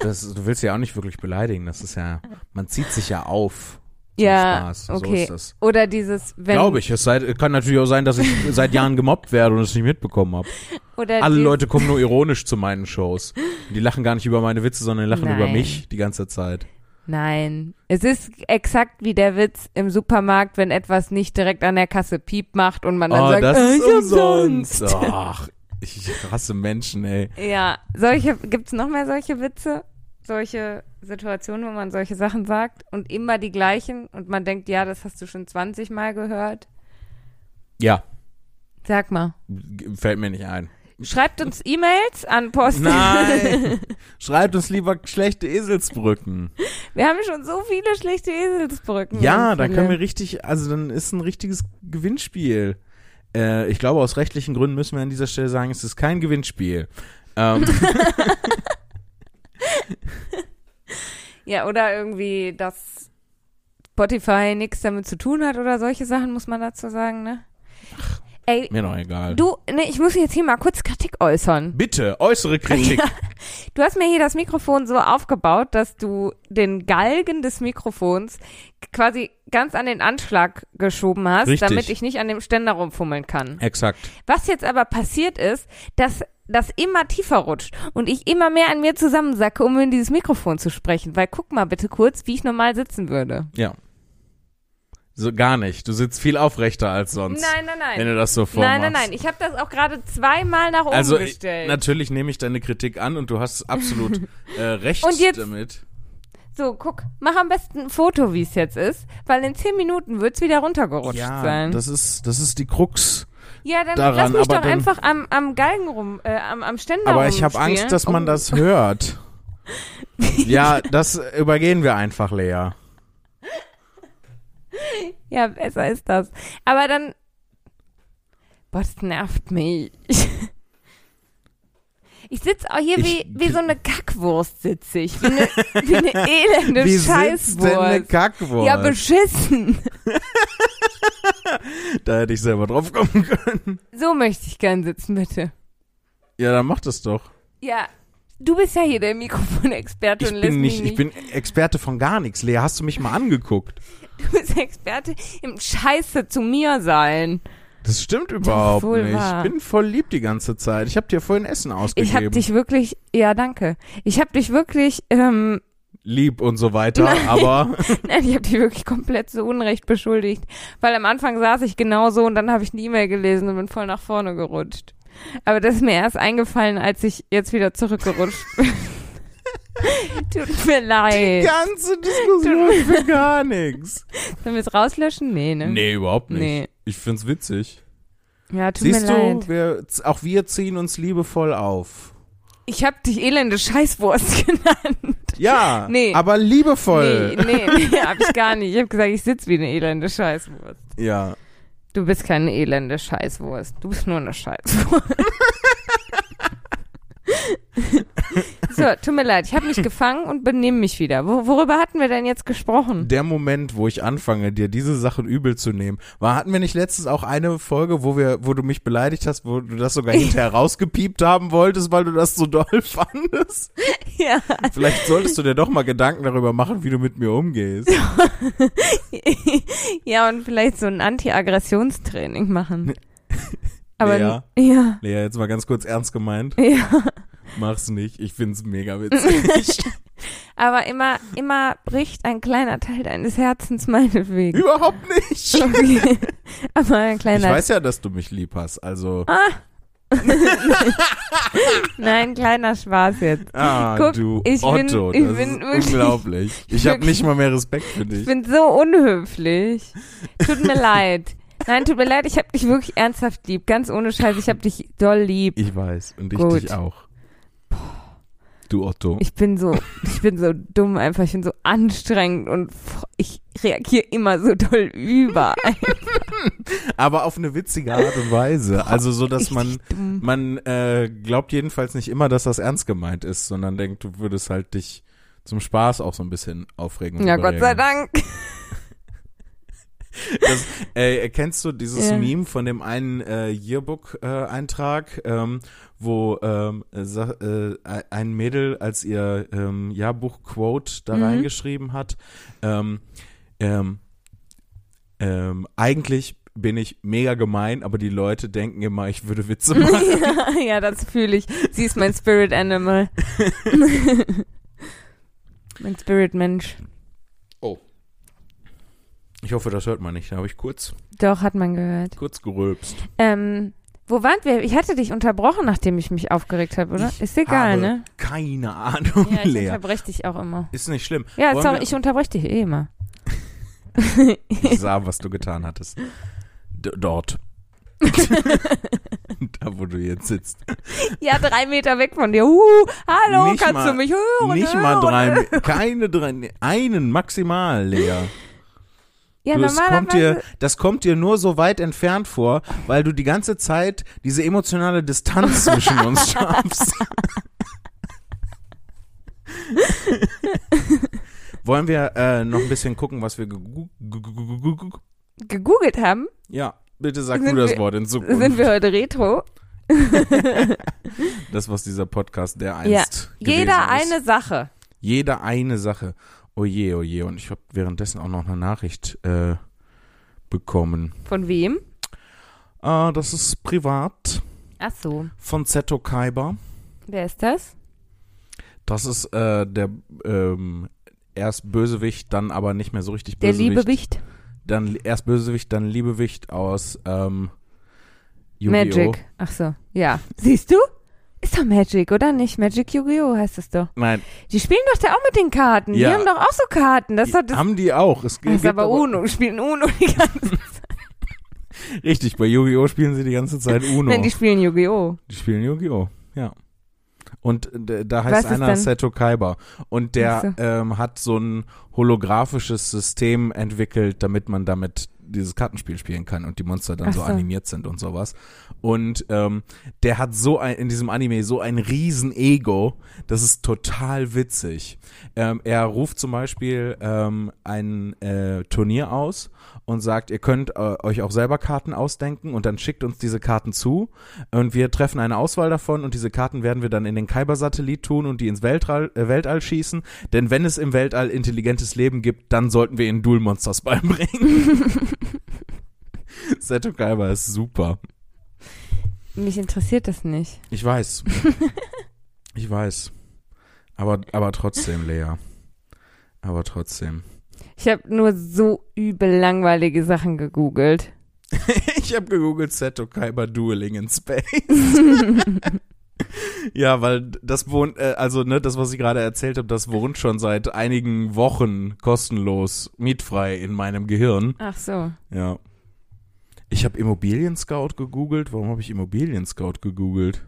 [SPEAKER 1] Das, du willst sie ja auch nicht wirklich beleidigen. Das ist ja, man zieht sich ja auf. zum
[SPEAKER 2] Ja,
[SPEAKER 1] Spaß. So
[SPEAKER 2] okay.
[SPEAKER 1] ist das.
[SPEAKER 2] Oder dieses, wenn.
[SPEAKER 1] Glaube ich. Es sei, kann natürlich auch sein, dass ich seit Jahren gemobbt werde und es nicht mitbekommen habe.
[SPEAKER 2] Oder
[SPEAKER 1] Alle
[SPEAKER 2] dies-
[SPEAKER 1] Leute kommen nur ironisch zu meinen Shows. Die lachen gar nicht über meine Witze, sondern die lachen über
[SPEAKER 2] Nein.
[SPEAKER 1] mich die ganze Zeit.
[SPEAKER 2] Nein. Es ist exakt wie der Witz im Supermarkt, wenn etwas nicht direkt an der Kasse Piep macht und man dann
[SPEAKER 1] oh,
[SPEAKER 2] sagt,
[SPEAKER 1] das
[SPEAKER 2] äh,
[SPEAKER 1] ist
[SPEAKER 2] ich
[SPEAKER 1] umsonst.
[SPEAKER 2] (laughs)
[SPEAKER 1] Ach, ich hasse Menschen, ey.
[SPEAKER 2] Ja, solche, gibt's noch mehr solche Witze? Solche Situationen, wo man solche Sachen sagt und immer die gleichen und man denkt, ja, das hast du schon 20 Mal gehört?
[SPEAKER 1] Ja,
[SPEAKER 2] Sag mal.
[SPEAKER 1] g- fällt mir nicht ein.
[SPEAKER 2] Schreibt uns E-Mails an Post.
[SPEAKER 1] Nein. Schreibt uns lieber schlechte Eselsbrücken.
[SPEAKER 2] (laughs) Wir haben schon so viele schlechte Eselsbrücken.
[SPEAKER 1] Ja,
[SPEAKER 2] Mann,
[SPEAKER 1] dann können wir
[SPEAKER 2] Philipp.
[SPEAKER 1] richtig, also dann ist ein richtiges Gewinnspiel. Äh, ich glaube, aus rechtlichen Gründen müssen wir an dieser Stelle sagen, es ist kein Gewinnspiel.
[SPEAKER 2] (laughs)
[SPEAKER 1] Ähm,
[SPEAKER 2] Ja, oder irgendwie, dass Spotify nichts damit zu tun hat oder solche Sachen, muss man dazu sagen, ne? Ey,
[SPEAKER 1] mir doch egal.
[SPEAKER 2] du, ne, ich muss jetzt hier mal kurz Kritik äußern.
[SPEAKER 1] Bitte, äußere
[SPEAKER 2] (laughs)
[SPEAKER 1] Kritik.
[SPEAKER 2] Du hast mir hier das Mikrofon so aufgebaut, dass du den Galgen des Mikrofons quasi ganz an den Anschlag geschoben hast,
[SPEAKER 1] Richtig.
[SPEAKER 2] damit ich nicht an dem Ständer rumfummeln kann.
[SPEAKER 1] Exakt.
[SPEAKER 2] Was jetzt aber passiert ist, dass das immer tiefer rutscht und ich immer mehr an mir zusammensacke, um in dieses Mikrofon zu sprechen. Weil guck mal bitte kurz, wie ich normal sitzen würde.
[SPEAKER 1] Ja. So gar nicht. Du sitzt viel aufrechter als sonst.
[SPEAKER 2] Nein, nein, nein.
[SPEAKER 1] Wenn du das so vormachst.
[SPEAKER 2] Nein, nein, nein. Ich habe das auch gerade zweimal nach oben
[SPEAKER 1] Also ich,
[SPEAKER 2] gestellt.
[SPEAKER 1] natürlich nehme ich deine Kritik an und du hast
[SPEAKER 2] (laughs)
[SPEAKER 1] absolut äh, recht
[SPEAKER 2] Und jetzt-
[SPEAKER 1] damit.
[SPEAKER 2] so, guck, mach am besten ein Foto, wie es jetzt ist, weil in zehn Minuten wird's wieder runtergerutscht
[SPEAKER 1] Ja,
[SPEAKER 2] sein.
[SPEAKER 1] das ist, das ist die Krux.
[SPEAKER 2] Ja, dann
[SPEAKER 1] daran,
[SPEAKER 2] lass mich
[SPEAKER 1] aber
[SPEAKER 2] doch
[SPEAKER 1] dann-
[SPEAKER 2] einfach am, am Galgen rum, äh, am, am Ständer
[SPEAKER 1] Aber ich habe
[SPEAKER 2] rumspielen.
[SPEAKER 1] Angst, dass man
[SPEAKER 2] Oh.
[SPEAKER 1] das
[SPEAKER 2] (laughs)
[SPEAKER 1] hört. ja, das übergehen wir einfach, Lea.
[SPEAKER 2] Ja, besser ist das. Aber dann. Boah, das nervt mich. Ich sitze auch hier wie,
[SPEAKER 1] Ich-
[SPEAKER 2] wie so eine Kackwurst sitze ich. Wie eine,
[SPEAKER 1] (laughs)
[SPEAKER 2] wie eine elende
[SPEAKER 1] Wie sitzt denn eine
[SPEAKER 2] Scheißwurst.
[SPEAKER 1] Kackwurst?
[SPEAKER 2] ja, beschissen.
[SPEAKER 1] da hätte ich selber drauf kommen können.
[SPEAKER 2] So möchte ich gern sitzen, bitte.
[SPEAKER 1] Ja, dann mach das doch.
[SPEAKER 2] Ja, du bist ja hier der Mikrofonexperte
[SPEAKER 1] Ich
[SPEAKER 2] und lässt
[SPEAKER 1] bin nicht,
[SPEAKER 2] mich
[SPEAKER 1] ich bin Experte von gar nichts. Lea, hast du mich mal angeguckt?
[SPEAKER 2] Du bist Experte im Scheiße zu mir sein.
[SPEAKER 1] Das stimmt überhaupt
[SPEAKER 2] wohl
[SPEAKER 1] nicht.
[SPEAKER 2] wahr.
[SPEAKER 1] Ich bin voll lieb die ganze Zeit. Ich habe dir vorhin Essen
[SPEAKER 2] Ich
[SPEAKER 1] ausgegeben.
[SPEAKER 2] hab dich wirklich, ja danke. Ich hab dich wirklich, ähm,
[SPEAKER 1] lieb und so weiter,
[SPEAKER 2] (laughs)
[SPEAKER 1] aber
[SPEAKER 2] Nein, ich habe dich wirklich komplett zu Unrecht beschuldigt. Weil am Anfang saß ich genau so und dann habe ich eine E-Mail gelesen und bin voll nach vorne gerutscht. Aber das ist mir erst eingefallen, als ich jetzt wieder zurückgerutscht bin. Tut mir
[SPEAKER 1] die
[SPEAKER 2] leid.
[SPEAKER 1] ganze Diskussion für gar nichts.
[SPEAKER 2] Sollen wir es rauslöschen? Nee, ne?
[SPEAKER 1] Nee, überhaupt nicht.
[SPEAKER 2] Nee.
[SPEAKER 1] Ich find's witzig.
[SPEAKER 2] Ja, tut
[SPEAKER 1] Siehst
[SPEAKER 2] mir
[SPEAKER 1] du,
[SPEAKER 2] leid.
[SPEAKER 1] wir, auch wir ziehen uns liebevoll auf.
[SPEAKER 2] Ich habe dich elende Scheißwurst (laughs) genannt.
[SPEAKER 1] Ja,
[SPEAKER 2] Nee.
[SPEAKER 1] aber
[SPEAKER 2] Nee,
[SPEAKER 1] liebevoll.
[SPEAKER 2] nee, nee, hab ich gar nicht. Ich habe gesagt, ich sitz wie eine elende Scheißwurst.
[SPEAKER 1] Ja.
[SPEAKER 2] Du bist keine elende Scheißwurst. Du bist nur eine Scheißwurst. (laughs) so, tut mir leid. Ich habe mich gefangen und benehme mich wieder. Wo, worüber hatten wir denn jetzt gesprochen?
[SPEAKER 1] der Moment, wo ich anfange, dir diese Sachen übel zu nehmen, war, hatten wir nicht letztens auch eine Folge, wo wir, wo du mich beleidigt hast, wo du das
[SPEAKER 2] (laughs)
[SPEAKER 1] sogar hinterher rausgepiept haben wolltest, weil du das so doll fandest?
[SPEAKER 2] Ja,
[SPEAKER 1] Vielleicht solltest du dir doch mal Gedanken darüber machen, wie du mit mir umgehst.
[SPEAKER 2] ja und vielleicht so ein Anti-Aggressionstraining machen. Aber
[SPEAKER 1] Ja.
[SPEAKER 2] n- ja,
[SPEAKER 1] Lea, jetzt mal ganz kurz ernst gemeint.
[SPEAKER 2] ja.
[SPEAKER 1] Mach's nicht. Ich find's mega witzig.
[SPEAKER 2] (laughs) Aber immer, immer bricht ein kleiner Teil deines Herzens meinetwegen.
[SPEAKER 1] Überhaupt nicht.
[SPEAKER 2] Okay. Aber ein
[SPEAKER 1] Ich
[SPEAKER 2] kleiner
[SPEAKER 1] weiß ja, dass du mich lieb hast. Also,
[SPEAKER 2] Ah, Nein, kleiner Spaß jetzt.
[SPEAKER 1] ah,
[SPEAKER 2] guck,
[SPEAKER 1] du
[SPEAKER 2] ich bin-
[SPEAKER 1] Otto,
[SPEAKER 2] ich
[SPEAKER 1] das
[SPEAKER 2] bin
[SPEAKER 1] ist
[SPEAKER 2] wirklich-
[SPEAKER 1] unglaublich. Ich habe
[SPEAKER 2] wirklich-
[SPEAKER 1] nicht mal mehr Respekt für dich.
[SPEAKER 2] Ich bin so unhöflich. Tut (laughs) mir leid. Nein, tut mir leid, ich habe dich wirklich ernsthaft lieb. Ganz ohne Scheiß, ich habe dich doll lieb.
[SPEAKER 1] Ich weiß. Und ich
[SPEAKER 2] Gut.
[SPEAKER 1] dich auch. Du Otto.
[SPEAKER 2] Ich bin so, ich bin so dumm einfach, ich bin so anstrengend und f- ich reagiere immer so doll über.
[SPEAKER 1] Aber auf eine witzige Art und Weise. Also so, dass
[SPEAKER 2] Richtig
[SPEAKER 1] man,
[SPEAKER 2] dumm.
[SPEAKER 1] man äh, glaubt jedenfalls nicht immer, dass das ernst gemeint ist, sondern denkt, du würdest halt dich zum Spaß auch so ein bisschen aufregen. und
[SPEAKER 2] Ja, Gott sei
[SPEAKER 1] überregen.
[SPEAKER 2] Dank. (laughs)
[SPEAKER 1] Das, äh, erkennst du dieses
[SPEAKER 2] Ja.
[SPEAKER 1] Meme von dem einen äh, Yearbook-Eintrag, ähm, wo ähm, sa- äh, ein Mädel als ihr ähm, Jahrbuch-Quote da
[SPEAKER 2] Mhm.
[SPEAKER 1] reingeschrieben hat, ähm, ähm, ähm, eigentlich bin ich mega gemein, aber die Leute denken immer, ich würde
[SPEAKER 2] (laughs)
[SPEAKER 1] Witze machen.
[SPEAKER 2] ja, ja, das fühle ich. Sie ist mein Spirit Animal. (laughs) mein Spirit Mensch.
[SPEAKER 1] Ich hoffe, das hört man nicht. Da habe ich kurz,
[SPEAKER 2] Doch, hat man gehört.
[SPEAKER 1] kurz gerülpst.
[SPEAKER 2] Ähm, wo waren wir? Ich hatte dich unterbrochen, nachdem ich mich aufgeregt habe, oder?
[SPEAKER 1] Ich
[SPEAKER 2] ist egal,
[SPEAKER 1] habe
[SPEAKER 2] ne?
[SPEAKER 1] Keine Ahnung,
[SPEAKER 2] Ja, ich
[SPEAKER 1] Lea.
[SPEAKER 2] unterbreche dich auch immer.
[SPEAKER 1] Ist nicht schlimm.
[SPEAKER 2] Ja,
[SPEAKER 1] Wollen
[SPEAKER 2] sorry,
[SPEAKER 1] wir-
[SPEAKER 2] ich unterbreche dich eh immer.
[SPEAKER 1] Ich sah, was du getan hattest. D dort. da, wo du jetzt sitzt.
[SPEAKER 2] ja, drei Meter weg von dir. Uh, hallo,
[SPEAKER 1] Nicht
[SPEAKER 2] kannst
[SPEAKER 1] mal-
[SPEAKER 2] du mich hören?
[SPEAKER 1] Nicht
[SPEAKER 2] hören?
[SPEAKER 1] mal drei, keine drei, einen maximal, Lea.
[SPEAKER 2] Ja,
[SPEAKER 1] du, das, kommt dir,
[SPEAKER 2] normalerweise.
[SPEAKER 1] das kommt dir nur so weit entfernt vor, weil du die ganze Zeit diese emotionale Distanz zwischen uns schaffst. Wollen wir äh, noch ein bisschen gucken, was wir gegoo- gegoo-
[SPEAKER 2] Gegoogelt haben,
[SPEAKER 1] Ja, bitte sag
[SPEAKER 2] Sind
[SPEAKER 1] du das
[SPEAKER 2] wir-
[SPEAKER 1] Wort in
[SPEAKER 2] sind
[SPEAKER 1] Zukunft.
[SPEAKER 2] wir heute retro.
[SPEAKER 1] Das, was dieser Podcast der einst
[SPEAKER 2] Ja.
[SPEAKER 1] gewesen
[SPEAKER 2] Jeder
[SPEAKER 1] ist.
[SPEAKER 2] eine Sache.
[SPEAKER 1] Jeder eine Sache. Oje, oje. Und ich habe währenddessen auch noch eine Nachricht äh, bekommen.
[SPEAKER 2] Von wem?
[SPEAKER 1] Ah, das ist privat
[SPEAKER 2] Ach so.
[SPEAKER 1] von Zeto Kaiba.
[SPEAKER 2] Wer ist das?
[SPEAKER 1] Das ist äh, der ähm, erst Bösewicht, dann aber nicht mehr so richtig
[SPEAKER 2] Der
[SPEAKER 1] Bösewicht.
[SPEAKER 2] liebe Wicht.
[SPEAKER 1] Dann erst Bösewicht, dann Liebewicht aus ähm, Yu-Gi-Oh.
[SPEAKER 2] Magic. Ach so. Ja. Siehst du? Ist doch Magic, oder nicht? Magic Yu-Gi-Oh! heißt es doch.
[SPEAKER 1] Nein,
[SPEAKER 2] Die spielen doch da auch mit den Karten.
[SPEAKER 1] Ja.
[SPEAKER 2] Die haben doch auch so Karten. Das,
[SPEAKER 1] die,
[SPEAKER 2] ist doch das,
[SPEAKER 1] haben die auch. Es
[SPEAKER 2] das
[SPEAKER 1] gibt
[SPEAKER 2] ist aber Uno. Spielen Uno die ganze Zeit.
[SPEAKER 1] Richtig, bei Yu-Gi-Oh spielen sie die ganze
[SPEAKER 2] (laughs)
[SPEAKER 1] Zeit Uno.
[SPEAKER 2] Nein, die
[SPEAKER 1] die,
[SPEAKER 2] spielen Yu-Gi-Oh!
[SPEAKER 1] spielen Yu-Gi-Oh. Ja. Und äh, da
[SPEAKER 2] Was
[SPEAKER 1] heißt
[SPEAKER 2] ist
[SPEAKER 1] einer
[SPEAKER 2] denn-
[SPEAKER 1] Seto Kaiba. Und der
[SPEAKER 2] Ach so.
[SPEAKER 1] ähm, hat so ein holographisches System entwickelt, damit man damit dieses Kartenspiel spielen kann und die Monster dann
[SPEAKER 2] Ach
[SPEAKER 1] so,
[SPEAKER 2] so.
[SPEAKER 1] animiert sind und sowas. Und ähm, der hat so ein, in diesem Anime so ein riesen Ego, das ist total witzig. Ähm, er ruft zum Beispiel ähm, ein äh, Turnier aus und sagt, ihr könnt äh, euch auch selber Karten ausdenken und dann schickt uns diese Karten zu und wir treffen eine Auswahl davon und diese Karten werden wir dann in den Kaiber-Satellit tun und die ins Weltall, äh, Weltall schießen, denn wenn es im Weltall intelligentes Leben gibt, dann sollten wir ihnen Dual-Monsters (laughs) beibringen. (laughs) Seto Kaiba ist super.
[SPEAKER 2] Mich interessiert das nicht.
[SPEAKER 1] Ich weiß. ich weiß. Aber, aber trotzdem, Lea. Aber trotzdem.
[SPEAKER 2] (laughs) Ich habe nur so übel langweilige Sachen gegoogelt.
[SPEAKER 1] (laughs) ich habe gegoogelt Seto Kaiba Dueling in Space. (laughs) ja, weil das wohnt, äh, also ne, das, was ich gerade erzählt habe, das wohnt schon seit einigen Wochen kostenlos, mietfrei in meinem Gehirn.
[SPEAKER 2] Ach so.
[SPEAKER 1] Ja. Ich habe Immobilien Scout gegoogelt. Warum habe ich Immobilien Scout gegoogelt?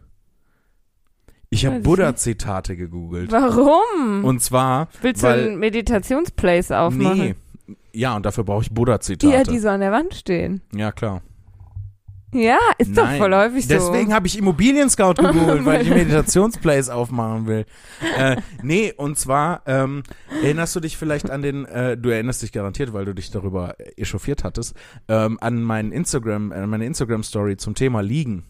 [SPEAKER 1] Ich
[SPEAKER 2] Weiß
[SPEAKER 1] habe
[SPEAKER 2] ich
[SPEAKER 1] Buddha-Zitate gegoogelt.
[SPEAKER 2] Warum?
[SPEAKER 1] Und zwar
[SPEAKER 2] Willst du
[SPEAKER 1] weil-
[SPEAKER 2] einen Meditationsplace aufmachen?
[SPEAKER 1] Nee. Ja, und dafür brauche ich Buddha-Zitate.
[SPEAKER 2] Ja,
[SPEAKER 1] Ja,
[SPEAKER 2] die so an der Wand stehen.
[SPEAKER 1] klar.
[SPEAKER 2] Ja, ist
[SPEAKER 1] Nein.
[SPEAKER 2] doch voll häufig so.
[SPEAKER 1] Deswegen habe ich Immobilien-Scout gegoogelt,
[SPEAKER 2] (laughs)
[SPEAKER 1] weil ich Meditationsplays aufmachen will. Äh, nee, und zwar ähm, erinnerst du dich vielleicht an den, äh, du erinnerst dich garantiert, weil du dich darüber echauffiert hattest, ähm, an meinen Instagram, äh, meine Instagram-Story zum Thema Liegen.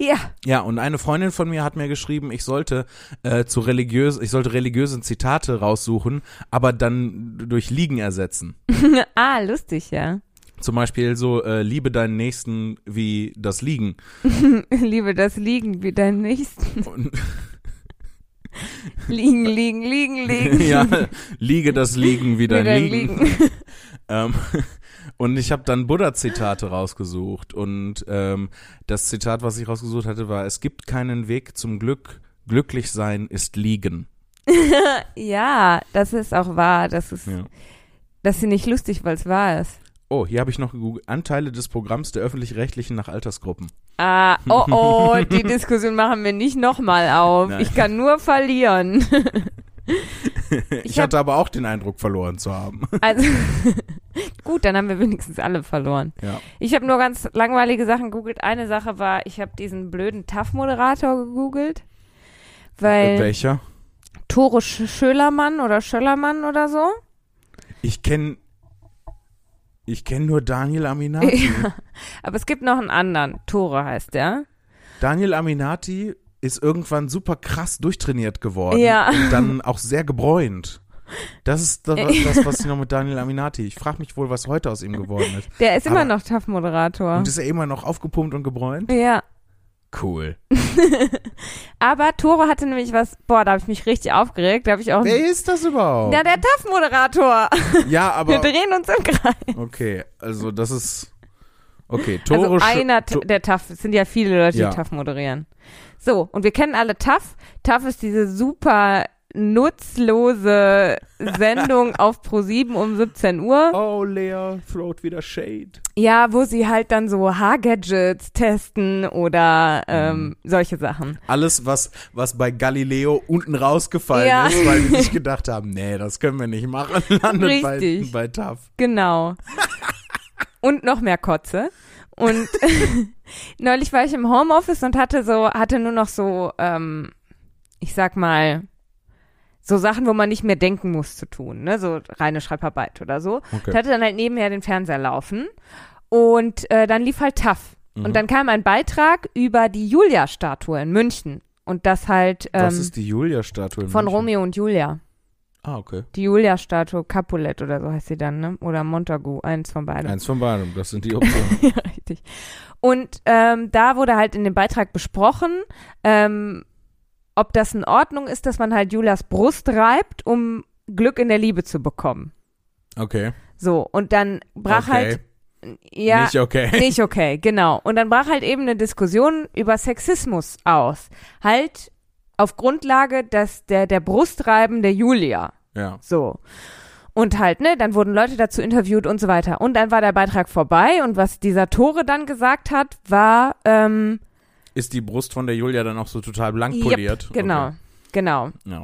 [SPEAKER 2] Ja, (laughs)
[SPEAKER 1] Ja, und eine Freundin von mir hat mir geschrieben, ich sollte äh, zu religiös, ich sollte religiöse Zitate raussuchen, aber dann durch Liegen ersetzen.
[SPEAKER 2] ah, lustig, ja. (laughs)
[SPEAKER 1] Zum Beispiel so, äh, liebe deinen Nächsten wie das (laughs) Liegen.
[SPEAKER 2] Liebe das Liegen wie dein Nächsten.
[SPEAKER 1] Und,
[SPEAKER 2] (laughs) Liegen, liegen, liegen,
[SPEAKER 1] (laughs)
[SPEAKER 2] liegen.
[SPEAKER 1] ja, liege das Liegen wie
[SPEAKER 2] Wie
[SPEAKER 1] dein,
[SPEAKER 2] dein
[SPEAKER 1] Liegen.
[SPEAKER 2] Liegen. (laughs)
[SPEAKER 1] Ähm, (laughs) und ich habe dann Buddha-Zitate rausgesucht. Und ähm, das Zitat, was ich rausgesucht hatte, war, es gibt keinen Weg zum Glück. Glücklich sein ist Liegen.
[SPEAKER 2] Ja, das ist auch wahr. Das ist,
[SPEAKER 1] Ja.
[SPEAKER 2] das ist nicht lustig, weil es wahr ist.
[SPEAKER 1] Oh, hier habe ich noch gegoogelt. Anteile des Programms der öffentlich-rechtlichen nach Altersgruppen.
[SPEAKER 2] Ah, oh oh, die Diskussion machen wir nicht nochmal auf.
[SPEAKER 1] Nein.
[SPEAKER 2] Ich kann nur verlieren.
[SPEAKER 1] Ich,
[SPEAKER 2] hab-
[SPEAKER 1] hatte aber auch den Eindruck, verloren zu haben. (laughs)
[SPEAKER 2] Also (laughs) gut, dann haben wir wenigstens alle verloren.
[SPEAKER 1] Ja.
[SPEAKER 2] Ich habe nur ganz langweilige Sachen gegoogelt. Eine Sache war, ich habe diesen blöden TAF-Moderator gegoogelt, weil
[SPEAKER 1] Welcher?
[SPEAKER 2] Tore Sch Schölermann oder Schöllermann oder so.
[SPEAKER 1] Ich kenne ich kenn nur Daniel Aminati.
[SPEAKER 2] Ja. (laughs) Aber es gibt noch einen anderen. Tore heißt der.
[SPEAKER 1] Daniel Aminati ist irgendwann super krass durchtrainiert geworden.
[SPEAKER 2] Ja.
[SPEAKER 1] Und dann auch sehr gebräunt. Das ist das, das was ich noch mit Daniel Aminati. Ich frage mich wohl, was heute aus ihm geworden ist.
[SPEAKER 2] Der ist
[SPEAKER 1] Aber-
[SPEAKER 2] immer noch TAF-Moderator.
[SPEAKER 1] Und ist er immer noch aufgepumpt und gebräunt?
[SPEAKER 2] Ja.
[SPEAKER 1] Cool.
[SPEAKER 2] Aber Tore hatte nämlich was, boah, da habe ich mich richtig aufgeregt. Da habe ich auch.
[SPEAKER 1] Wer ist das überhaupt?
[SPEAKER 2] Na, der TAF-Moderator.
[SPEAKER 1] Ja,
[SPEAKER 2] Wir (laughs)
[SPEAKER 1] aber
[SPEAKER 2] drehen uns im Kreis.
[SPEAKER 1] okay, also das ist okay.
[SPEAKER 2] Also
[SPEAKER 1] Tore Sch-
[SPEAKER 2] einer t-
[SPEAKER 1] To-
[SPEAKER 2] der TAF, es sind ja viele Leute,
[SPEAKER 1] Ja.
[SPEAKER 2] die TAF moderieren. So, und wir kennen alle TAF. TAF ist diese super
[SPEAKER 1] (laughs)
[SPEAKER 2] nutzlose Sendung auf Pro7 um 17 Uhr.
[SPEAKER 1] Oh, Lea, throat wieder Shade.
[SPEAKER 2] Ja, wo sie halt dann so Haargadgets testen oder
[SPEAKER 1] Mhm.
[SPEAKER 2] ähm, solche Sachen.
[SPEAKER 1] Alles, was, was bei Galileo unten rausgefallen
[SPEAKER 2] Ja.
[SPEAKER 1] ist, weil die sich gedacht haben, nee, das können wir nicht machen, (laughs) landet bei,
[SPEAKER 2] Richtig.
[SPEAKER 1] bei TAF.
[SPEAKER 2] Genau. und noch mehr Kotze. Und (laughs) neulich war ich im Homeoffice und hatte so, hatte nur noch so, ähm, ich sag mal, so Sachen, wo man nicht mehr denken muss zu tun, ne? So reine Schreibarbeit oder so. Ich
[SPEAKER 1] Okay.
[SPEAKER 2] hatte dann halt nebenher den Fernseher laufen und äh, dann lief halt TAF.
[SPEAKER 1] Mhm.
[SPEAKER 2] Und dann kam ein Beitrag über die Julia-Statue in München. Und das halt
[SPEAKER 1] Was
[SPEAKER 2] ähm,
[SPEAKER 1] ist die Julia-Statue? in
[SPEAKER 2] von
[SPEAKER 1] München?
[SPEAKER 2] Romeo und Julia.
[SPEAKER 1] Ah, okay.
[SPEAKER 2] Die Julia-Statue, Capulet oder so heißt sie dann, ne? Oder Montagu, eins von beiden.
[SPEAKER 1] Eins von beiden, das sind die Optionen.
[SPEAKER 2] ja, richtig. Und ähm, da wurde halt in dem Beitrag besprochen, ähm, ob das in Ordnung ist, dass man halt Julias Brust reibt, um Glück in der Liebe zu bekommen.
[SPEAKER 1] (laughs) Okay.
[SPEAKER 2] So, und dann brach
[SPEAKER 1] okay.
[SPEAKER 2] halt, ja,
[SPEAKER 1] Nicht
[SPEAKER 2] (laughs)
[SPEAKER 1] okay.
[SPEAKER 2] nicht okay, genau. Und dann brach halt eben eine Diskussion über Sexismus aus. Halt auf Grundlage, dass der, der Brustreiben der Julia.
[SPEAKER 1] Ja.
[SPEAKER 2] So. Und halt, ne, dann wurden Leute dazu interviewt und so weiter. Und dann war der Beitrag vorbei und was dieser Tore dann gesagt hat, war, ähm,
[SPEAKER 1] Ist die Brust von der Julia dann auch so total blank
[SPEAKER 2] Jep,
[SPEAKER 1] poliert?
[SPEAKER 2] genau,
[SPEAKER 1] Okay.
[SPEAKER 2] genau.
[SPEAKER 1] Ja.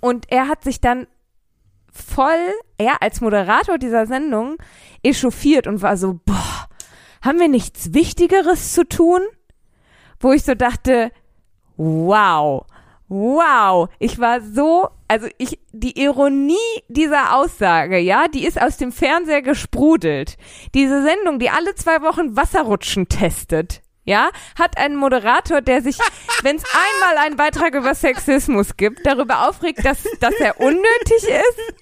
[SPEAKER 2] Und er hat sich dann voll, er als Moderator dieser Sendung, echauffiert und war so, boah, haben wir nichts Wichtigeres zu tun? Wo ich so dachte, wow, wow, ich war so, also ich, die Ironie dieser Aussage, ja, die ist aus dem Fernseher gesprudelt. Diese Sendung, die alle zwei Wochen Wasserrutschen testet. Ja, hat einen Moderator, der sich, wenn es einmal einen Beitrag über Sexismus gibt, darüber aufregt, dass, dass er unnötig ist.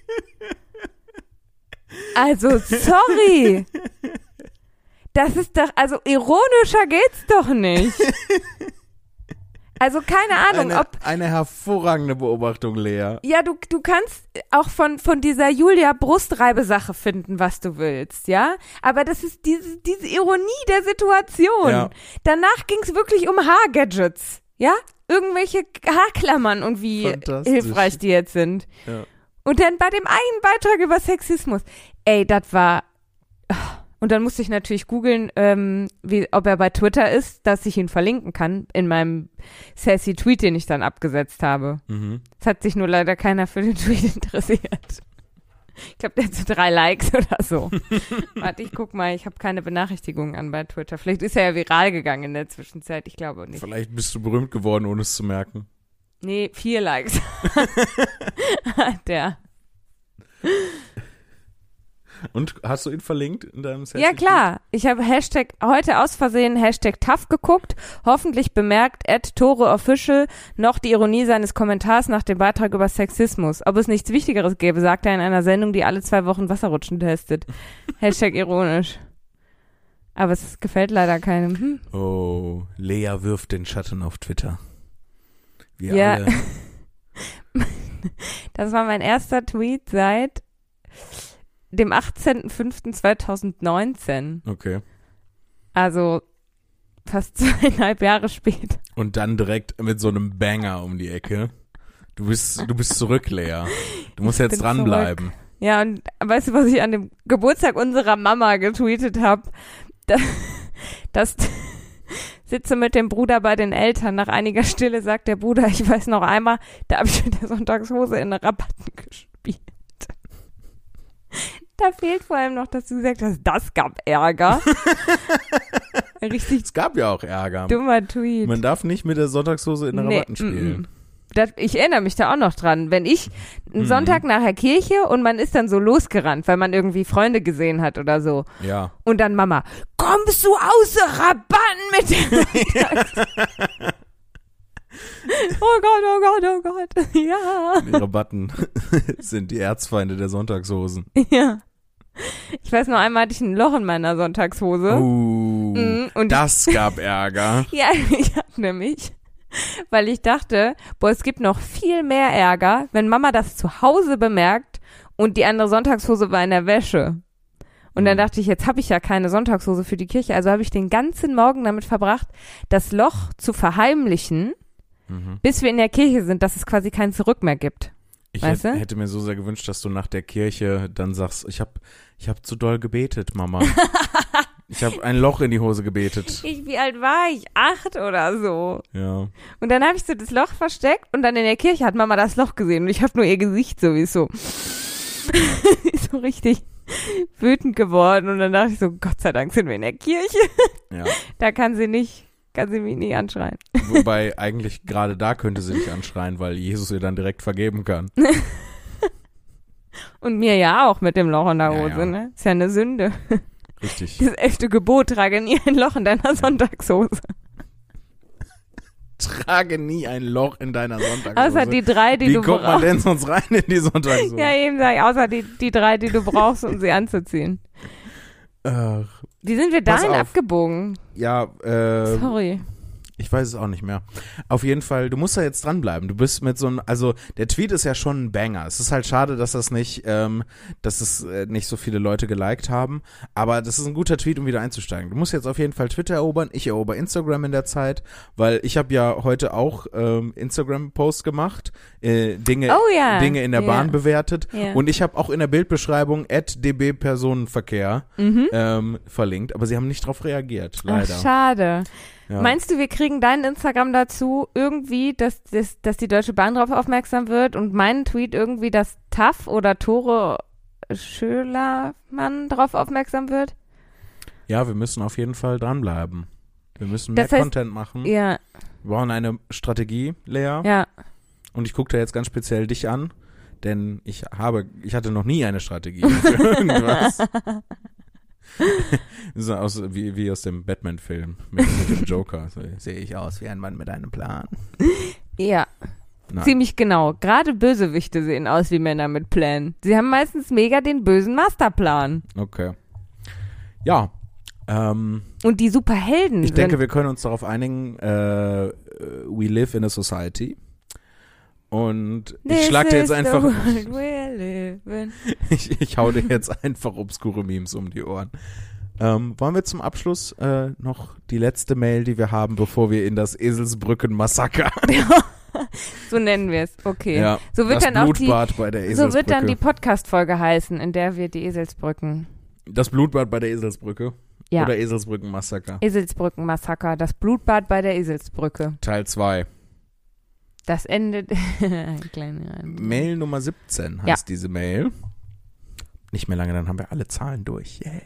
[SPEAKER 2] Also, sorry. Das ist doch, also ironischer geht's doch nicht. Also, keine Ahnung,
[SPEAKER 1] Eine,
[SPEAKER 2] ob,
[SPEAKER 1] eine hervorragende Beobachtung, Lea.
[SPEAKER 2] ja, du, du kannst auch von, von dieser Julia Brustreibesache finden, was du willst, ja? Aber das ist diese, diese Ironie der Situation.
[SPEAKER 1] Ja.
[SPEAKER 2] Danach ging's wirklich um Haargadgets, ja? Irgendwelche Haarklammern und wie
[SPEAKER 1] Fantastisch.
[SPEAKER 2] hilfreich die jetzt sind.
[SPEAKER 1] Ja.
[SPEAKER 2] Und dann bei dem einen Beitrag über Sexismus. Ey, das war. oh. Und dann musste ich natürlich googeln, ähm, wie, ob er bei Twitter ist, dass ich ihn verlinken kann in meinem sassy Tweet, den ich dann abgesetzt habe.
[SPEAKER 1] Mhm.
[SPEAKER 2] Es hat sich nur leider keiner für den Tweet interessiert. Ich glaube, der hat so drei Likes oder
[SPEAKER 1] (laughs)
[SPEAKER 2] so. Warte, ich guck mal, ich habe keine Benachrichtigungen an bei Twitter. Vielleicht ist er ja viral gegangen in der Zwischenzeit, ich glaube nicht.
[SPEAKER 1] Vielleicht bist du berühmt geworden, ohne es zu merken.
[SPEAKER 2] Nee,
[SPEAKER 1] (laughs)
[SPEAKER 2] vier Likes (laughs) hat der.
[SPEAKER 1] Und hast du ihn verlinkt in deinem Set?
[SPEAKER 2] Ja klar, ich habe Hashtag heute aus Versehen Hashtag tough geguckt, hoffentlich bemerkt at Tore Official noch die Ironie seines Kommentars nach dem Beitrag über Sexismus. Ob es nichts Wichtigeres gäbe, sagt er in einer Sendung, die alle zwei Wochen Wasserrutschen testet. Hashtag ironisch. Aber es gefällt leider keinem. Hm.
[SPEAKER 1] Oh, Lea wirft den Schatten auf Twitter. Wir
[SPEAKER 2] Ja.
[SPEAKER 1] alle.
[SPEAKER 2] Das war mein erster Tweet seit dem 18.05.2019.
[SPEAKER 1] Okay.
[SPEAKER 2] Also fast (laughs) zweieinhalb Jahre später.
[SPEAKER 1] Und dann direkt mit so einem Banger um die Ecke. Du bist, du bist zurück, Lea. Du musst jetzt
[SPEAKER 2] bin (laughs)
[SPEAKER 1] dranbleiben.
[SPEAKER 2] Ja, und weißt du, was ich an dem Geburtstag unserer Mama getweetet habe? Da, das (laughs) sitze mit dem Bruder bei den Eltern. Nach einiger Stille sagt der Bruder, ich weiß noch einmal, da habe ich mit der Sonntagshose in den Rabatten gespielt. Da fehlt vor allem noch, dass du gesagt hast, das gab Ärger. Richtig
[SPEAKER 1] Es gab ja auch Ärger.
[SPEAKER 2] dummer Tweet.
[SPEAKER 1] Man darf nicht mit der Sonntagshose in der Rabatten
[SPEAKER 2] mm, mm.
[SPEAKER 1] spielen.
[SPEAKER 2] Das, ich erinnere mich da auch noch dran. Wenn ich einen
[SPEAKER 1] Mhm.
[SPEAKER 2] Sonntag nachher Kirche und man ist dann so losgerannt, weil man irgendwie Freunde gesehen hat oder so.
[SPEAKER 1] Ja.
[SPEAKER 2] Und dann Mama, kommst du außer Rabatten mit der Oh Gott, oh Gott, oh Gott. (laughs) Ja.
[SPEAKER 1] Ihre Button (laughs) sind die Erzfeinde der Sonntagshosen.
[SPEAKER 2] Ja. Ich weiß nur, einmal hatte ich ein Loch in meiner Sonntagshose.
[SPEAKER 1] Uh,
[SPEAKER 2] Mhm, und-
[SPEAKER 1] das gab Ärger.
[SPEAKER 2] Ja, (laughs) ich hab nämlich. Weil ich dachte, boah, es gibt noch viel mehr Ärger, wenn Mama das zu Hause bemerkt und die andere Sonntagshose war in der Wäsche. Und dann
[SPEAKER 1] Mhm.
[SPEAKER 2] dachte ich, jetzt habe ich ja keine Sonntagshose für die Kirche, also habe ich den ganzen Morgen damit verbracht, das Loch zu verheimlichen,
[SPEAKER 1] Mhm.
[SPEAKER 2] bis wir in der Kirche sind, dass es quasi kein Zurück mehr gibt.
[SPEAKER 1] Ich
[SPEAKER 2] Weißt
[SPEAKER 1] hätte,
[SPEAKER 2] du?
[SPEAKER 1] hätte mir so sehr gewünscht, dass du nach der Kirche dann sagst, ich habe ich hab zu doll gebetet, (laughs) Mama. ich habe ein Loch in die Hose gebetet.
[SPEAKER 2] Ich, wie alt war ich? Acht oder so.
[SPEAKER 1] Ja.
[SPEAKER 2] Und dann habe ich so das Loch versteckt und dann in der Kirche hat Mama das Loch gesehen und ich habe nur ihr Gesicht sowieso (laughs) so richtig wütend geworden und dann dachte ich so, Gott sei Dank sind wir in der Kirche.
[SPEAKER 1] ja.
[SPEAKER 2] (laughs) Da kann sie nicht, kann sie mich nicht anschreien.
[SPEAKER 1] Wobei eigentlich gerade da könnte sie dich anschreien, weil Jesus ihr dann direkt vergeben kann.
[SPEAKER 2] Und mir ja auch mit dem Loch in der
[SPEAKER 1] Ja,
[SPEAKER 2] Hose,
[SPEAKER 1] ja.
[SPEAKER 2] ne? Ist ja eine Sünde.
[SPEAKER 1] Richtig.
[SPEAKER 2] Das elfte Gebot, trage nie ein Loch in deiner Sonntagshose.
[SPEAKER 1] (laughs) Trage nie ein Loch in deiner Sonntagshose.
[SPEAKER 2] Außer die drei, die
[SPEAKER 1] Wie
[SPEAKER 2] du
[SPEAKER 1] kommt man
[SPEAKER 2] brauchst.
[SPEAKER 1] denn sonst rein in die Sonntagshose?
[SPEAKER 2] Ja, eben sag ich, außer die, die drei, die du brauchst, um sie anzuziehen.
[SPEAKER 1] Ach,
[SPEAKER 2] Wie sind wir
[SPEAKER 1] Pass
[SPEAKER 2] dahin
[SPEAKER 1] auf.
[SPEAKER 2] abgebogen?
[SPEAKER 1] ja äh,
[SPEAKER 2] Sorry.
[SPEAKER 1] ich weiß es auch nicht mehr. Auf jeden Fall, du musst da jetzt dranbleiben. Du bist mit so einem, also der Tweet ist ja schon ein Banger. Es ist halt schade, dass das nicht, ähm, dass es äh, nicht so viele Leute geliked haben. Aber das ist ein guter Tweet, um wieder einzusteigen. Du musst jetzt auf jeden Fall Twitter erobern. Ich erober Instagram in der Zeit, weil ich habe ja heute auch ähm, Instagram-Posts gemacht, äh, Dinge,
[SPEAKER 2] Oh ja.
[SPEAKER 1] Dinge in der
[SPEAKER 2] ja.
[SPEAKER 1] Bahn bewertet.
[SPEAKER 2] Ja.
[SPEAKER 1] Und ich habe auch in der Bildbeschreibung db Personenverkehr
[SPEAKER 2] Mhm.
[SPEAKER 1] ähm, verlinkt, aber sie haben nicht darauf reagiert, leider.
[SPEAKER 2] Ach, schade.
[SPEAKER 1] ja.
[SPEAKER 2] Meinst du, wir kriegen deinen Instagram dazu irgendwie, dass, dass, dass die Deutsche Bahn darauf aufmerksam wird und meinen Tweet irgendwie, dass TAF oder Tore Schölermann darauf aufmerksam wird?
[SPEAKER 1] ja, wir müssen auf jeden Fall dranbleiben. Wir müssen mehr
[SPEAKER 2] Das heißt-
[SPEAKER 1] Content machen. Wir
[SPEAKER 2] Ja,
[SPEAKER 1] brauchen eine Strategie, Lea.
[SPEAKER 2] ja.
[SPEAKER 1] Und ich gucke da jetzt ganz speziell dich an, denn ich habe, ich hatte noch nie eine
[SPEAKER 2] (laughs)
[SPEAKER 1] Strategie für irgendwas. so aus, wie, wie aus dem Batman-Film mit, mit dem Joker. So, Sehe ich aus wie ein Mann mit einem Plan.
[SPEAKER 2] Ja,
[SPEAKER 1] Nein.
[SPEAKER 2] ziemlich genau. Gerade Bösewichte sehen aus wie Männer mit Plänen. Sie haben meistens mega den bösen Masterplan.
[SPEAKER 1] Okay. Ja. Ähm,
[SPEAKER 2] Und die Superhelden
[SPEAKER 1] Ich
[SPEAKER 2] sind
[SPEAKER 1] denke, wir können uns darauf einigen, äh, äh, we live in a society. Und ich
[SPEAKER 2] This
[SPEAKER 1] schlag dir jetzt
[SPEAKER 2] is
[SPEAKER 1] (laughs)
[SPEAKER 2] the
[SPEAKER 1] einfach,
[SPEAKER 2] world we live in.
[SPEAKER 1] (laughs) ich, ich hau dir jetzt einfach obskure Memes um die Ohren. Ähm, wollen wir zum Abschluss äh, noch die letzte Mail, die wir haben, bevor wir in das
[SPEAKER 2] (laughs)
[SPEAKER 1] Eselsbrücken-Massaker.
[SPEAKER 2] So nennen wir es. Okay.
[SPEAKER 1] Ja,
[SPEAKER 2] so wird
[SPEAKER 1] das
[SPEAKER 2] dann auch die
[SPEAKER 1] Blutbad bei der Eselsbrücke.
[SPEAKER 2] So wird dann die Podcast-Folge heißen, in der wir die Eselsbrücken,
[SPEAKER 1] das Blutbad bei der Eselsbrücke.
[SPEAKER 2] Ja.
[SPEAKER 1] Oder Eselsbrücken-Massaker.
[SPEAKER 2] Eselsbrücken-Massaker, das Blutbad bei der Eselsbrücke.
[SPEAKER 1] Teil 2.
[SPEAKER 2] Das endet. (laughs) Ein kleiner
[SPEAKER 1] Mail Nummer 17 heißt
[SPEAKER 2] Ja.
[SPEAKER 1] diese Mail. Nicht mehr lange, dann haben wir alle Zahlen durch. Yay.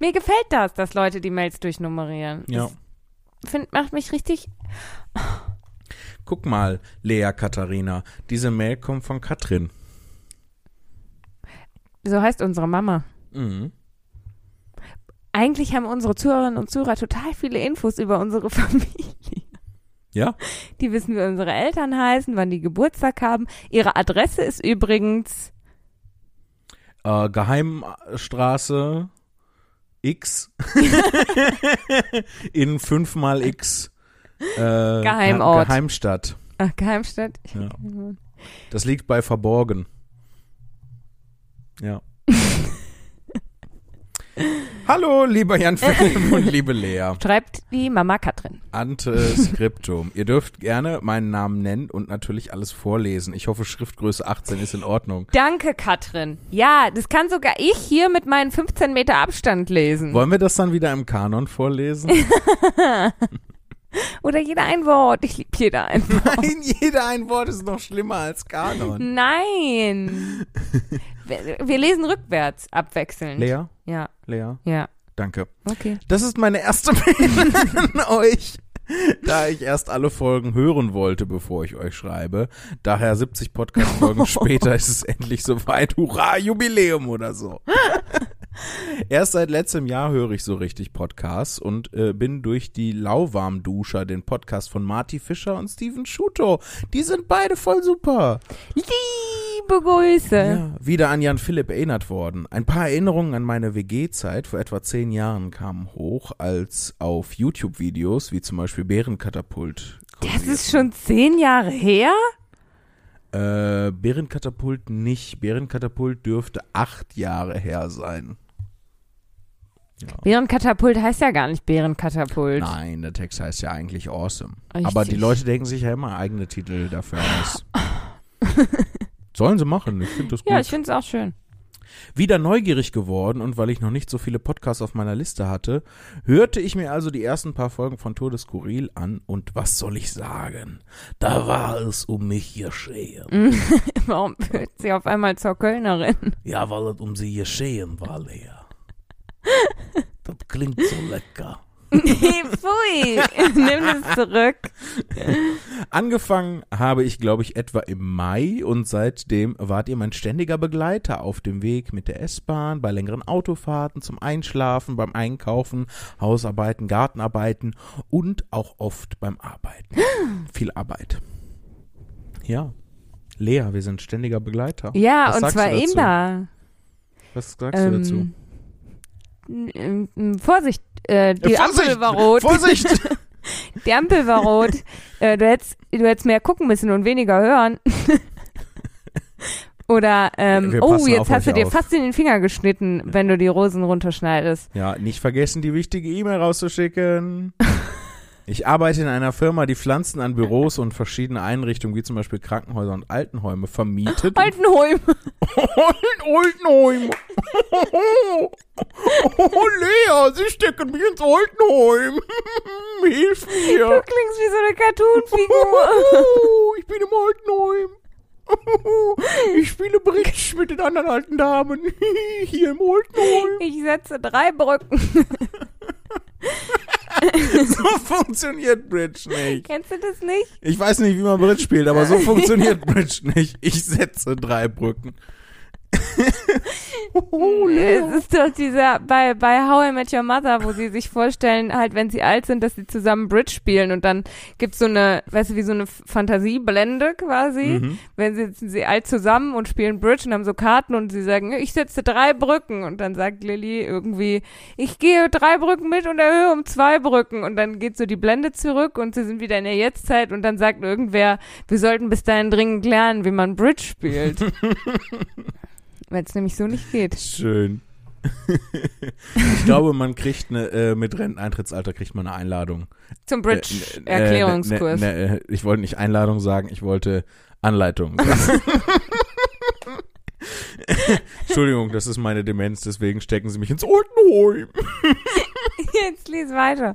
[SPEAKER 2] Mir gefällt das, dass Leute die Mails durchnummerieren.
[SPEAKER 1] Ja.
[SPEAKER 2] Das find, macht mich richtig.
[SPEAKER 1] Guck mal, Lea Katharina, diese Mail kommt von Katrin.
[SPEAKER 2] So heißt unsere Mama.
[SPEAKER 1] Mhm.
[SPEAKER 2] Eigentlich haben unsere Zuhörerinnen und Zuhörer total viele Infos über unsere (laughs) Familie.
[SPEAKER 1] Ja?
[SPEAKER 2] Die wissen, wie unsere Eltern heißen, wann die Geburtstag haben. Ihre Adresse ist übrigens.
[SPEAKER 1] Äh, Geheimstraße X in 5 mal X äh,
[SPEAKER 2] Geheimort.
[SPEAKER 1] Ge- Geheimstadt.
[SPEAKER 2] Ach, Geheimstadt.
[SPEAKER 1] Ja. Das liegt bei verborgen. Ja. Hallo, lieber Jan Philipp und liebe Lea.
[SPEAKER 2] Schreibt die Mama Katrin.
[SPEAKER 1] Ante Skriptum. Ihr dürft gerne meinen Namen nennen und natürlich alles vorlesen. Ich hoffe, Schriftgröße 18 ist in Ordnung.
[SPEAKER 2] Danke, Katrin. Ja, das kann sogar ich hier mit meinen 15 Meter Abstand lesen.
[SPEAKER 1] Wollen wir das dann wieder im Kanon vorlesen?
[SPEAKER 2] Oder jeder ein Wort. Ich liebe jeder ein Wort.
[SPEAKER 1] Nein, (laughs) jeder ein Wort ist noch schlimmer als
[SPEAKER 2] Mhm.
[SPEAKER 1] Kanon.
[SPEAKER 2] Nein. wir, wir lesen rückwärts abwechselnd.
[SPEAKER 1] Lea,
[SPEAKER 2] Ja,
[SPEAKER 1] Lea,
[SPEAKER 2] ja.
[SPEAKER 1] danke.
[SPEAKER 2] Okay.
[SPEAKER 1] Das ist meine erste (laughs) Mail an euch. Da ich erst alle Folgen hören wollte, bevor ich euch schreibe. Daher (laughs) (laughs) 70 Podcast-Folgen später ist es endlich soweit. Hurra, Jubiläum oder so. Erst seit letztem Jahr höre ich so richtig Podcasts und äh, bin durch die Lauwarmduscher, den Podcast von Marty Fischer und Steven Schuto. Die sind beide voll super.
[SPEAKER 2] Liebe Grüße.
[SPEAKER 1] Ja, wieder an Jan Philipp erinnert worden. Ein paar Erinnerungen an meine WG-Zeit vor etwa zehn Jahren kamen hoch, als auf YouTube-Videos, wie zum Beispiel Bärenkatapult.
[SPEAKER 2] Das ist schon zehn Jahre her?
[SPEAKER 1] Äh, Bärenkatapult nicht. Bärenkatapult dürfte acht Jahre her sein. Ja.
[SPEAKER 2] Bärenkatapult heißt ja gar nicht Bärenkatapult.
[SPEAKER 1] Nein, der Text heißt ja eigentlich Awesome.
[SPEAKER 2] Richtig.
[SPEAKER 1] Aber die Leute denken sich ja immer eigene Titel dafür
[SPEAKER 2] (laughs)
[SPEAKER 1] aus. Sollen sie machen, ich finde das gut.
[SPEAKER 2] Ja, ich finde es auch schön. (laughs)
[SPEAKER 1] Wieder neugierig geworden und weil ich noch nicht so viele Podcasts auf meiner Liste hatte, hörte ich mir also die ersten paar Folgen von Tour des Skurril an und was soll ich sagen? Da war es um mich geschehen.
[SPEAKER 2] Warum wird sie auf einmal zur Kölnerin? (laughs)
[SPEAKER 1] Ja, weil es um sie geschehen war, Lea. Das klingt so lecker.
[SPEAKER 2] Nee,
[SPEAKER 1] (laughs)
[SPEAKER 2] pfui. Nimm das zurück.
[SPEAKER 1] Angefangen habe ich, glaube ich, etwa im Mai und seitdem wart ihr mein ständiger Begleiter auf dem Weg mit der S-Bahn, bei längeren Autofahrten, zum Einschlafen, beim Einkaufen, Hausarbeiten, Gartenarbeiten und auch oft beim
[SPEAKER 2] (gasps)
[SPEAKER 1] Arbeiten. Viel Arbeit. Ja. Lea, wir sind ständiger Begleiter.
[SPEAKER 2] Ja,
[SPEAKER 1] Was
[SPEAKER 2] und
[SPEAKER 1] sagst
[SPEAKER 2] zwar
[SPEAKER 1] du dazu?
[SPEAKER 2] immer.
[SPEAKER 1] Was sagst du dazu?
[SPEAKER 2] Ähm, n- Ähm, n- n- Vorsicht, äh, die
[SPEAKER 1] Äh, Vorsicht!
[SPEAKER 2] Ampel war rot. (laughs)
[SPEAKER 1] Vorsicht!
[SPEAKER 2] Die Ampel war
[SPEAKER 1] (laughs)
[SPEAKER 2] rot. äh, du, hättest, du hättest mehr gucken müssen und weniger hören. (laughs) Oder, ähm,
[SPEAKER 1] Wir
[SPEAKER 2] oh,
[SPEAKER 1] passen auf
[SPEAKER 2] jetzt hast du
[SPEAKER 1] euch
[SPEAKER 2] dir
[SPEAKER 1] auf.
[SPEAKER 2] fast in den Finger geschnitten, wenn du die Rosen runterschneidest.
[SPEAKER 1] Ja, nicht vergessen, die wichtige E-Mail rauszuschicken. Ich arbeite in einer Firma, die Pflanzen an Büros und verschiedene Einrichtungen, wie zum Beispiel Krankenhäuser und Altenhäume, vermietet. (laughs)
[SPEAKER 2] Altenholm.
[SPEAKER 1] Altenheim! (laughs) Oh, Lea, Sie stecken mich ins Altenheim! (laughs) Hilf
[SPEAKER 2] (laughs) Du
[SPEAKER 1] mir!
[SPEAKER 2] klingst wie so eine Cartoon-Figur.
[SPEAKER 1] (laughs) ich bin im Altenheim! (laughs) Ich spiele Bridge mit den anderen alten Damen (laughs) hier im Altenheim! (laughs)
[SPEAKER 2] Ich setze drei Brücken.
[SPEAKER 1] So funktioniert Bridge nicht!
[SPEAKER 2] Kennst du das nicht?
[SPEAKER 1] Ich weiß nicht, wie man Bridge spielt, aber so funktioniert Bridge nicht. Ich setze drei Brücken. oh,
[SPEAKER 2] (laughs) Es ist doch dieser bei, bei How I Met Your Mother, wo sie sich vorstellen, halt, wenn sie alt sind, dass sie zusammen Bridge spielen und dann gibt's so eine, weißt du, wie so eine Fantasieblende
[SPEAKER 1] Mhm.
[SPEAKER 2] quasi. Wenn sie sitzen sie alt zusammen und spielen Bridge und haben so Karten und sie sagen, ich setze drei Brücken und dann sagt Lilly irgendwie, ich gehe drei Brücken mit und erhöhe um zwei Brücken und dann geht so die Blende zurück und sie sind wieder in der Jetztzeit und dann sagt irgendwer, wir sollten bis dahin dringend lernen, wie man Bridge spielt. Weil es nämlich so nicht geht.
[SPEAKER 1] Schön. ich glaube, man kriegt eine, äh, mit Renteneintrittsalter kriegt man eine Einladung.
[SPEAKER 2] Zum
[SPEAKER 1] Äh, äh,
[SPEAKER 2] Bridge-Erklärungskurs.
[SPEAKER 1] ne- ne- ne- ich wollte nicht Einladung sagen, ich wollte Anleitung (laughs) sagen. Entschuldigung, das ist meine Demenz, deswegen stecken sie mich ins Altenheim. ne,
[SPEAKER 2] (laughs) Jetzt lies weiter.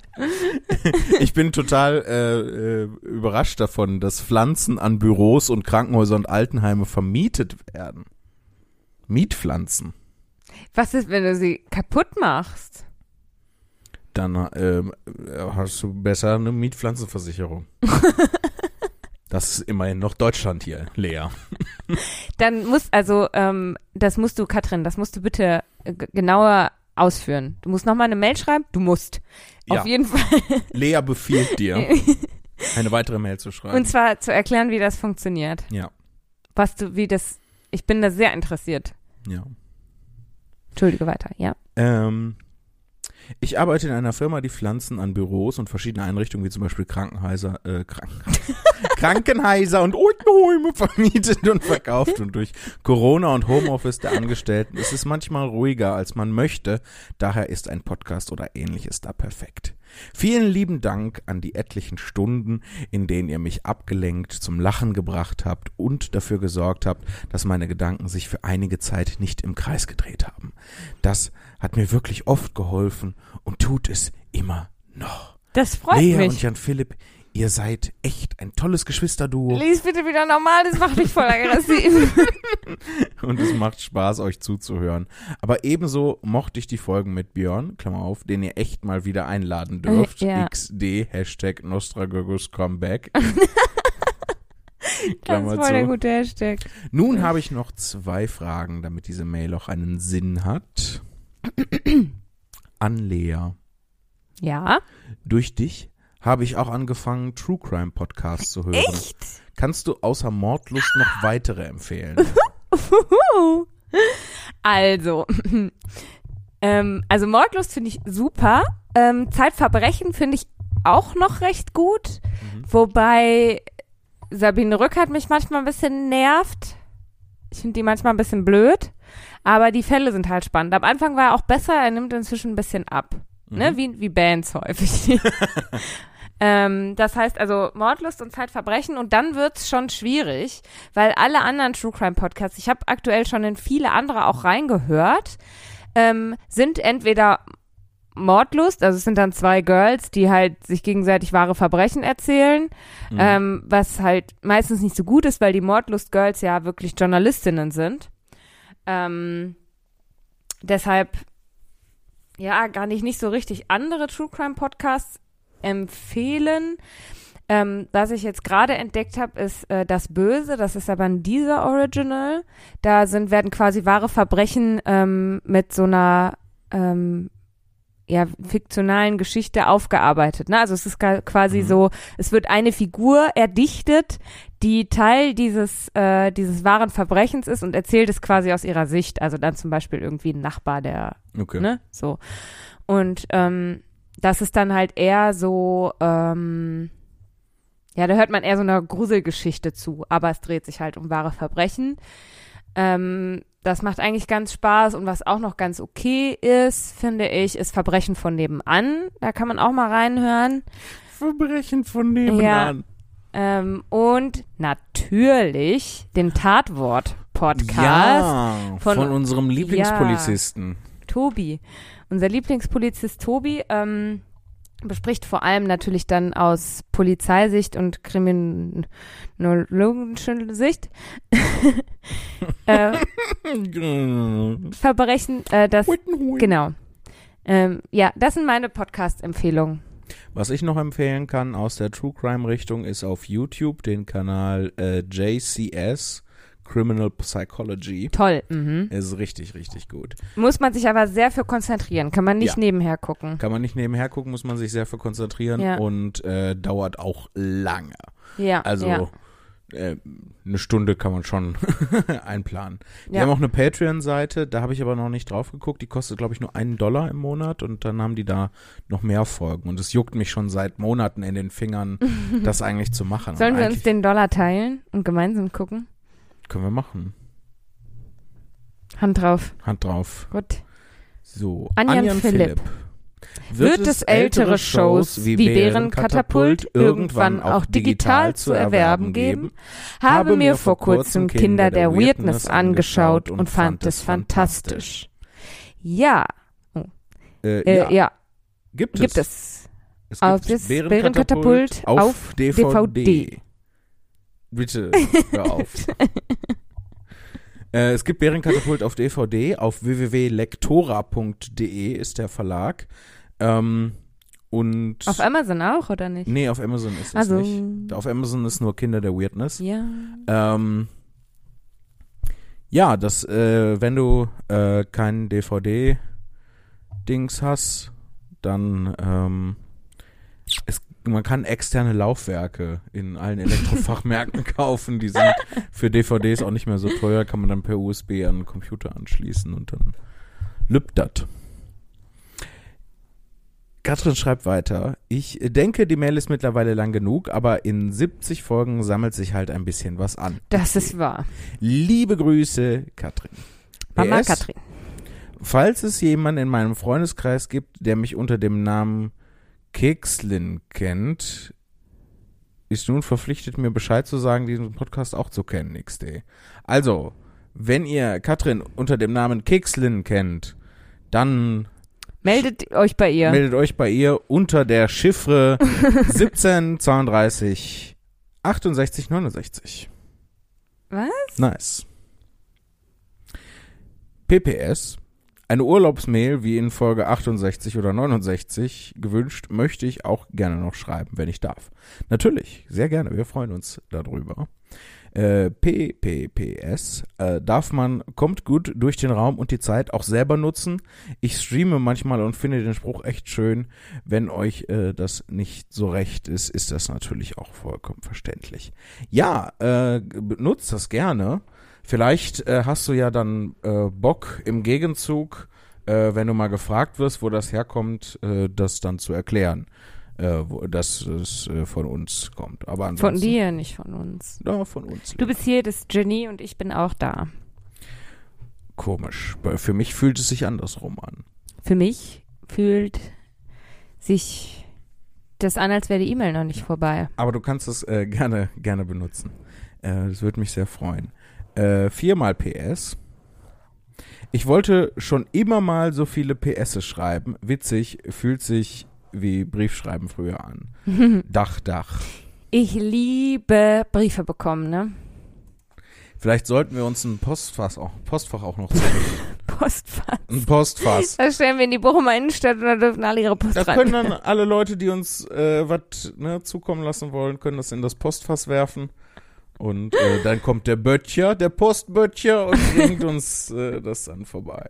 [SPEAKER 1] Ich bin total äh, äh, überrascht davon, dass Pflanzen an Büros und Krankenhäuser und Altenheime vermietet werden. Mietpflanzen.
[SPEAKER 2] Was ist, wenn du sie kaputt machst? (laughs)
[SPEAKER 1] Dann ähm, äh, hast du besser eine Mietpflanzenversicherung. das ist immerhin noch Deutschland hier, Lea.
[SPEAKER 2] Dann musst, also, ähm, das musst du, Katrin, das musst du bitte äh, g- genauer ausführen. Du musst nochmal eine Mail schreiben? Du musst.
[SPEAKER 1] Ja.
[SPEAKER 2] Auf jeden Fall.
[SPEAKER 1] Lea befiehlt
[SPEAKER 2] (laughs)
[SPEAKER 1] dir, eine weitere Mail zu schreiben.
[SPEAKER 2] Und zwar zu erklären, wie das funktioniert.
[SPEAKER 1] ja,
[SPEAKER 2] Was du, wie das, ich bin da sehr interessiert.
[SPEAKER 1] ja.
[SPEAKER 2] Entschuldige weiter, ja.
[SPEAKER 1] Ähm, ich arbeite in einer Firma, die Pflanzen an Büros und verschiedene Einrichtungen wie zum Beispiel Krankenhäuser, äh, Kranken Krankenhäuser und Altenheime vermietet und verkauft. Und durch Corona und Homeoffice der Angestellten ist es manchmal ruhiger, als man möchte. Daher ist ein Podcast oder ähnliches da perfekt. Vielen lieben Dank an die etlichen Stunden, in denen ihr mich abgelenkt, zum Lachen gebracht habt und dafür gesorgt habt, dass meine Gedanken sich für einige Zeit nicht im Kreis gedreht haben. Das hat mir wirklich oft geholfen und tut es immer noch.
[SPEAKER 2] Das freut
[SPEAKER 1] Lea und
[SPEAKER 2] mich.
[SPEAKER 1] Jan Philipp, ihr seid echt ein tolles Geschwisterduo.
[SPEAKER 2] Lies bitte wieder normal, das macht mich voll aggressiv.
[SPEAKER 1] Und es macht Spaß, euch zuzuhören. Aber ebenso mochte ich die Folgen mit Björn, Klammer auf, den ihr echt mal wieder einladen dürft.
[SPEAKER 2] Äh, Ja.
[SPEAKER 1] XD, Hashtag Nostragurgus
[SPEAKER 2] (laughs)
[SPEAKER 1] Comeback.
[SPEAKER 2] Das
[SPEAKER 1] (laughs)
[SPEAKER 2] ist
[SPEAKER 1] Klammer
[SPEAKER 2] voll der
[SPEAKER 1] zu.
[SPEAKER 2] gute Hashtag. (clears throat)
[SPEAKER 1] Nun habe ich noch zwei Fragen, damit diese Mail auch einen Sinn hat. Anleher.
[SPEAKER 2] Ja.
[SPEAKER 1] Durch dich habe ich auch angefangen, True Crime Podcasts zu hören.
[SPEAKER 2] Echt?
[SPEAKER 1] Kannst du außer Mordlust noch weitere
[SPEAKER 2] (laughs)
[SPEAKER 1] empfehlen?
[SPEAKER 2] Also, (laughs) ähm, also Mordlust finde ich super. Ähm, Zeitverbrechen finde ich auch noch recht gut. Wobei Sabine Rückert mich manchmal ein bisschen nervt. Ich finde die manchmal ein bisschen blöd. Aber die Fälle sind halt spannend. Am Anfang war er auch besser, er nimmt inzwischen ein bisschen ab. Ne? Wie, wie Bands häufig. ähm, das heißt also Mordlust und Zeitverbrechen und dann wird's schon schwierig, weil alle anderen True Crime Podcasts, ich habe aktuell schon in viele andere auch reingehört, ähm, sind entweder Mordlust, also es sind dann zwei Girls, die halt sich gegenseitig wahre Verbrechen erzählen, ähm, was halt meistens nicht so gut ist, weil die Mordlust-Girls ja wirklich Journalistinnen sind. Ähm, deshalb, ja, kann ich nicht so richtig andere True Crime Podcasts empfehlen. Ähm, was ich jetzt gerade entdeckt habe, ist äh, Das Böse. Das ist aber ein dieser Original. Da sind, werden quasi wahre Verbrechen ähm, mit so einer ähm, ja, fiktionalen Geschichte aufgearbeitet. Ne? Also es ist ga- quasi
[SPEAKER 1] Mhm.
[SPEAKER 2] so, es wird eine Figur erdichtet, die Teil dieses, äh, dieses wahren Verbrechens ist und erzählt es quasi aus ihrer Sicht. Also dann zum Beispiel irgendwie ein Nachbar, der
[SPEAKER 1] Okay.
[SPEAKER 2] ne? So. Und ähm, das ist dann halt eher so, ähm, ja, da hört man eher so einer Gruselgeschichte zu, aber es dreht sich halt um wahre Verbrechen. Ähm, das macht eigentlich ganz Spaß und was auch noch ganz okay ist, finde ich, ist Verbrechen von nebenan. Da kann man auch mal reinhören.
[SPEAKER 1] Verbrechen von nebenan.
[SPEAKER 2] Ähm, und natürlich den Tatwort-Podcast.
[SPEAKER 1] Ja, von,
[SPEAKER 2] Von-
[SPEAKER 1] unserem Lieblingspolizisten.
[SPEAKER 2] Tobi. Unser Lieblingspolizist Tobi ähm, bespricht vor allem natürlich dann aus Polizeisicht und kriminologischer Sicht (laughs) äh,
[SPEAKER 1] Witten
[SPEAKER 2] Verbrechen, äh, das,
[SPEAKER 1] Hui.
[SPEAKER 2] genau. Ähm, ja, das sind meine Podcast-Empfehlungen.
[SPEAKER 1] Was ich noch empfehlen kann aus der True Crime Richtung ist auf YouTube den Kanal äh, JCS Criminal Psychology.
[SPEAKER 2] Toll. Mhm.
[SPEAKER 1] Ist richtig, richtig gut.
[SPEAKER 2] Muss man sich aber sehr für konzentrieren, kann man nicht
[SPEAKER 1] Ja.
[SPEAKER 2] nebenher gucken.
[SPEAKER 1] Kann man nicht nebenher gucken, muss man sich sehr für konzentrieren
[SPEAKER 2] Ja.
[SPEAKER 1] und äh, dauert auch lange.
[SPEAKER 2] Ja,
[SPEAKER 1] Also
[SPEAKER 2] ja.
[SPEAKER 1] äh, eine Stunde kann man schon (laughs) einplanen. Die
[SPEAKER 2] Ja.
[SPEAKER 1] haben auch eine Patreon-Seite, da habe ich aber noch nicht drauf geguckt. Die kostet, glaube ich, nur einen Dollar im Monat und dann haben die da noch mehr Folgen. Und es juckt mich schon seit Monaten in den (laughs) Fingern, das eigentlich zu machen.
[SPEAKER 2] Sollen
[SPEAKER 1] und
[SPEAKER 2] wir uns
[SPEAKER 1] eigentlich
[SPEAKER 2] den Dollar teilen und gemeinsam gucken?
[SPEAKER 1] können wir machen.
[SPEAKER 2] Hand drauf.
[SPEAKER 1] Hand drauf.
[SPEAKER 2] Gut.
[SPEAKER 1] So,
[SPEAKER 2] Anjan Philipp.
[SPEAKER 1] Wird, es ältere Shows wie Bärenkatapult irgendwann auch digital zu erwerben geben?
[SPEAKER 2] Habe mir vor kurzem Kinder der Weirdness angeschaut und fand es fantastisch. Ja,
[SPEAKER 1] Äh,
[SPEAKER 2] äh,
[SPEAKER 1] ja,
[SPEAKER 2] ja,
[SPEAKER 1] gibt es.
[SPEAKER 2] gibt es.
[SPEAKER 1] Es
[SPEAKER 2] Auf
[SPEAKER 1] gibt
[SPEAKER 2] das Bärenkatapult auf DVD.
[SPEAKER 1] Bitte, hör auf. äh, es gibt Bärenkatapult auf DVD. Auf www.lektora.de E ist der Verlag. Ähm, und.
[SPEAKER 2] Auf Amazon auch, oder nicht?
[SPEAKER 1] nee, auf Amazon ist es
[SPEAKER 2] also,
[SPEAKER 1] nicht. Auf Amazon ist nur Kinder der Weirdness.
[SPEAKER 2] ja.
[SPEAKER 1] Ähm, ja, das, äh, wenn du äh, kein DVD-Dings hast, dann ähm, es, man kann externe Laufwerke in allen Elektrofachmärkten (laughs) kaufen. Die sind für DVDs auch nicht mehr so teuer, kann man dann per USB an den Computer anschließen und dann lübt das. Katrin schreibt weiter. Ich denke, die Mail ist mittlerweile lang genug, aber in 70 Folgen sammelt sich halt ein bisschen was an.
[SPEAKER 2] Das ist wahr.
[SPEAKER 1] Liebe Grüße, Katrin.
[SPEAKER 2] Mama
[SPEAKER 1] PS,
[SPEAKER 2] Katrin.
[SPEAKER 1] Falls es jemanden in meinem Freundeskreis gibt, der mich unter dem Namen Kekslin kennt, ist nun verpflichtet, mir Bescheid zu sagen, diesen Podcast auch zu kennen, XD. Also, wenn ihr Katrin unter dem Namen Kekslin kennt, dann
[SPEAKER 2] Meldet euch bei ihr.
[SPEAKER 1] meldet euch bei ihr unter der Chiffre
[SPEAKER 2] (laughs)
[SPEAKER 1] 1732 68 69.
[SPEAKER 2] Was?
[SPEAKER 1] Nice. PPS. Eine Urlaubsmail wie in Folge 68 oder 69 gewünscht, möchte ich auch gerne noch schreiben, wenn ich darf. Natürlich, sehr gerne, wir freuen uns darüber. Äh, PPPS äh, darf man, kommt gut durch den Raum und die Zeit auch selber nutzen. Ich streame manchmal und finde den Spruch echt schön. Wenn euch äh, das nicht so recht ist, ist das natürlich auch vollkommen verständlich. Ja, äh, benutzt das gerne. Vielleicht äh, hast du ja dann äh, Bock im Gegenzug, äh, wenn du mal gefragt wirst, wo das herkommt, äh, das dann zu erklären, äh, wo, dass es äh, von uns kommt. Aber ansonsten,
[SPEAKER 2] Von dir, nicht von uns.
[SPEAKER 1] Ja, von uns.
[SPEAKER 2] Du bist hier das Genie und ich bin auch da.
[SPEAKER 1] Komisch. Weil für mich fühlt es sich andersrum an.
[SPEAKER 2] Für mich fühlt sich das an, als wäre die E-Mail noch nicht vorbei.
[SPEAKER 1] Aber du kannst es äh, gerne, gerne benutzen. Äh, das würde mich sehr freuen. Äh, viermal PS. Ich wollte schon immer mal so viele PS schreiben. Witzig, fühlt sich wie Briefschreiben früher an. Dach, Dach.
[SPEAKER 2] Ich liebe Briefe bekommen, ne? (laughs)
[SPEAKER 1] Vielleicht sollten wir uns ein Postfass auch, Postfach auch noch zulegen.
[SPEAKER 2] Postfach.
[SPEAKER 1] Ein Postfass.
[SPEAKER 2] Das stellen wir in die Bochumer Innenstadt und da dürfen alle ihre Post
[SPEAKER 1] Da
[SPEAKER 2] rein.
[SPEAKER 1] können dann alle Leute, die uns äh, was ne, zukommen lassen wollen, können das in das Postfass werfen. Und äh, dann kommt der Böttcher, der Postböttcher und
[SPEAKER 2] (laughs)
[SPEAKER 1] bringt uns äh, das dann vorbei.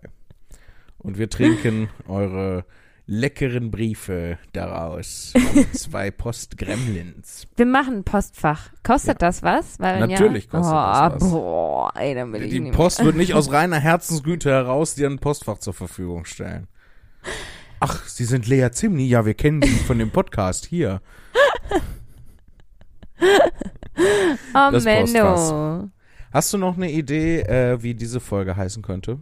[SPEAKER 1] Und wir trinken eure leckeren Briefe daraus.
[SPEAKER 2] (laughs)
[SPEAKER 1] von Zwei Postgremlins.
[SPEAKER 2] Wir machen Postfach. Kostet das was? Weil wenn
[SPEAKER 1] Natürlich
[SPEAKER 2] ja,
[SPEAKER 1] kostet
[SPEAKER 2] oh,
[SPEAKER 1] das was.
[SPEAKER 2] Boah, ey, dann will ich
[SPEAKER 1] Die
[SPEAKER 2] nicht mehr.
[SPEAKER 1] Post wird nicht aus reiner Herzensgüte heraus dir ein Postfach zur Verfügung stellen. Ach, Sie sind Lea Zimni. Ja, wir kennen Sie von dem Podcast hier.
[SPEAKER 2] Oh,
[SPEAKER 1] das
[SPEAKER 2] Menno.
[SPEAKER 1] Hast du noch eine Idee, äh, wie diese Folge heißen könnte?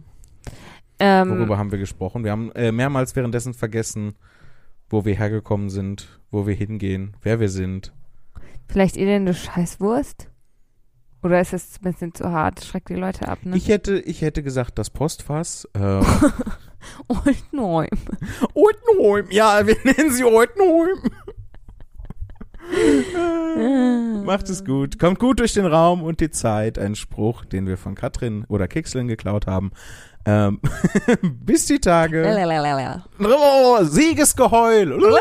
[SPEAKER 2] Ähm,
[SPEAKER 1] Worüber haben wir gesprochen? Wir haben äh, mehrmals währenddessen vergessen, wo wir hergekommen sind, wo wir hingehen, wer wir sind.
[SPEAKER 2] vielleicht elende Scheißwurst? Oder ist das ein bisschen zu hart? Schreckt die Leute ab, ne?
[SPEAKER 1] Ich hätte, ich hätte gesagt, das Postfass. (laughs) Äh,
[SPEAKER 2] (laughs) Und neu.
[SPEAKER 1] Oldenholm, ja, wir nennen sie Oldenholm. (laughs) Macht es gut. Kommt gut durch den Raum und die Zeit. Ein Spruch, den wir von Katrin oder Kixlin geklaut haben. Ähm, (laughs) bis die Tage.
[SPEAKER 2] Lalalala.
[SPEAKER 1] (laughs) Siegesgeheul.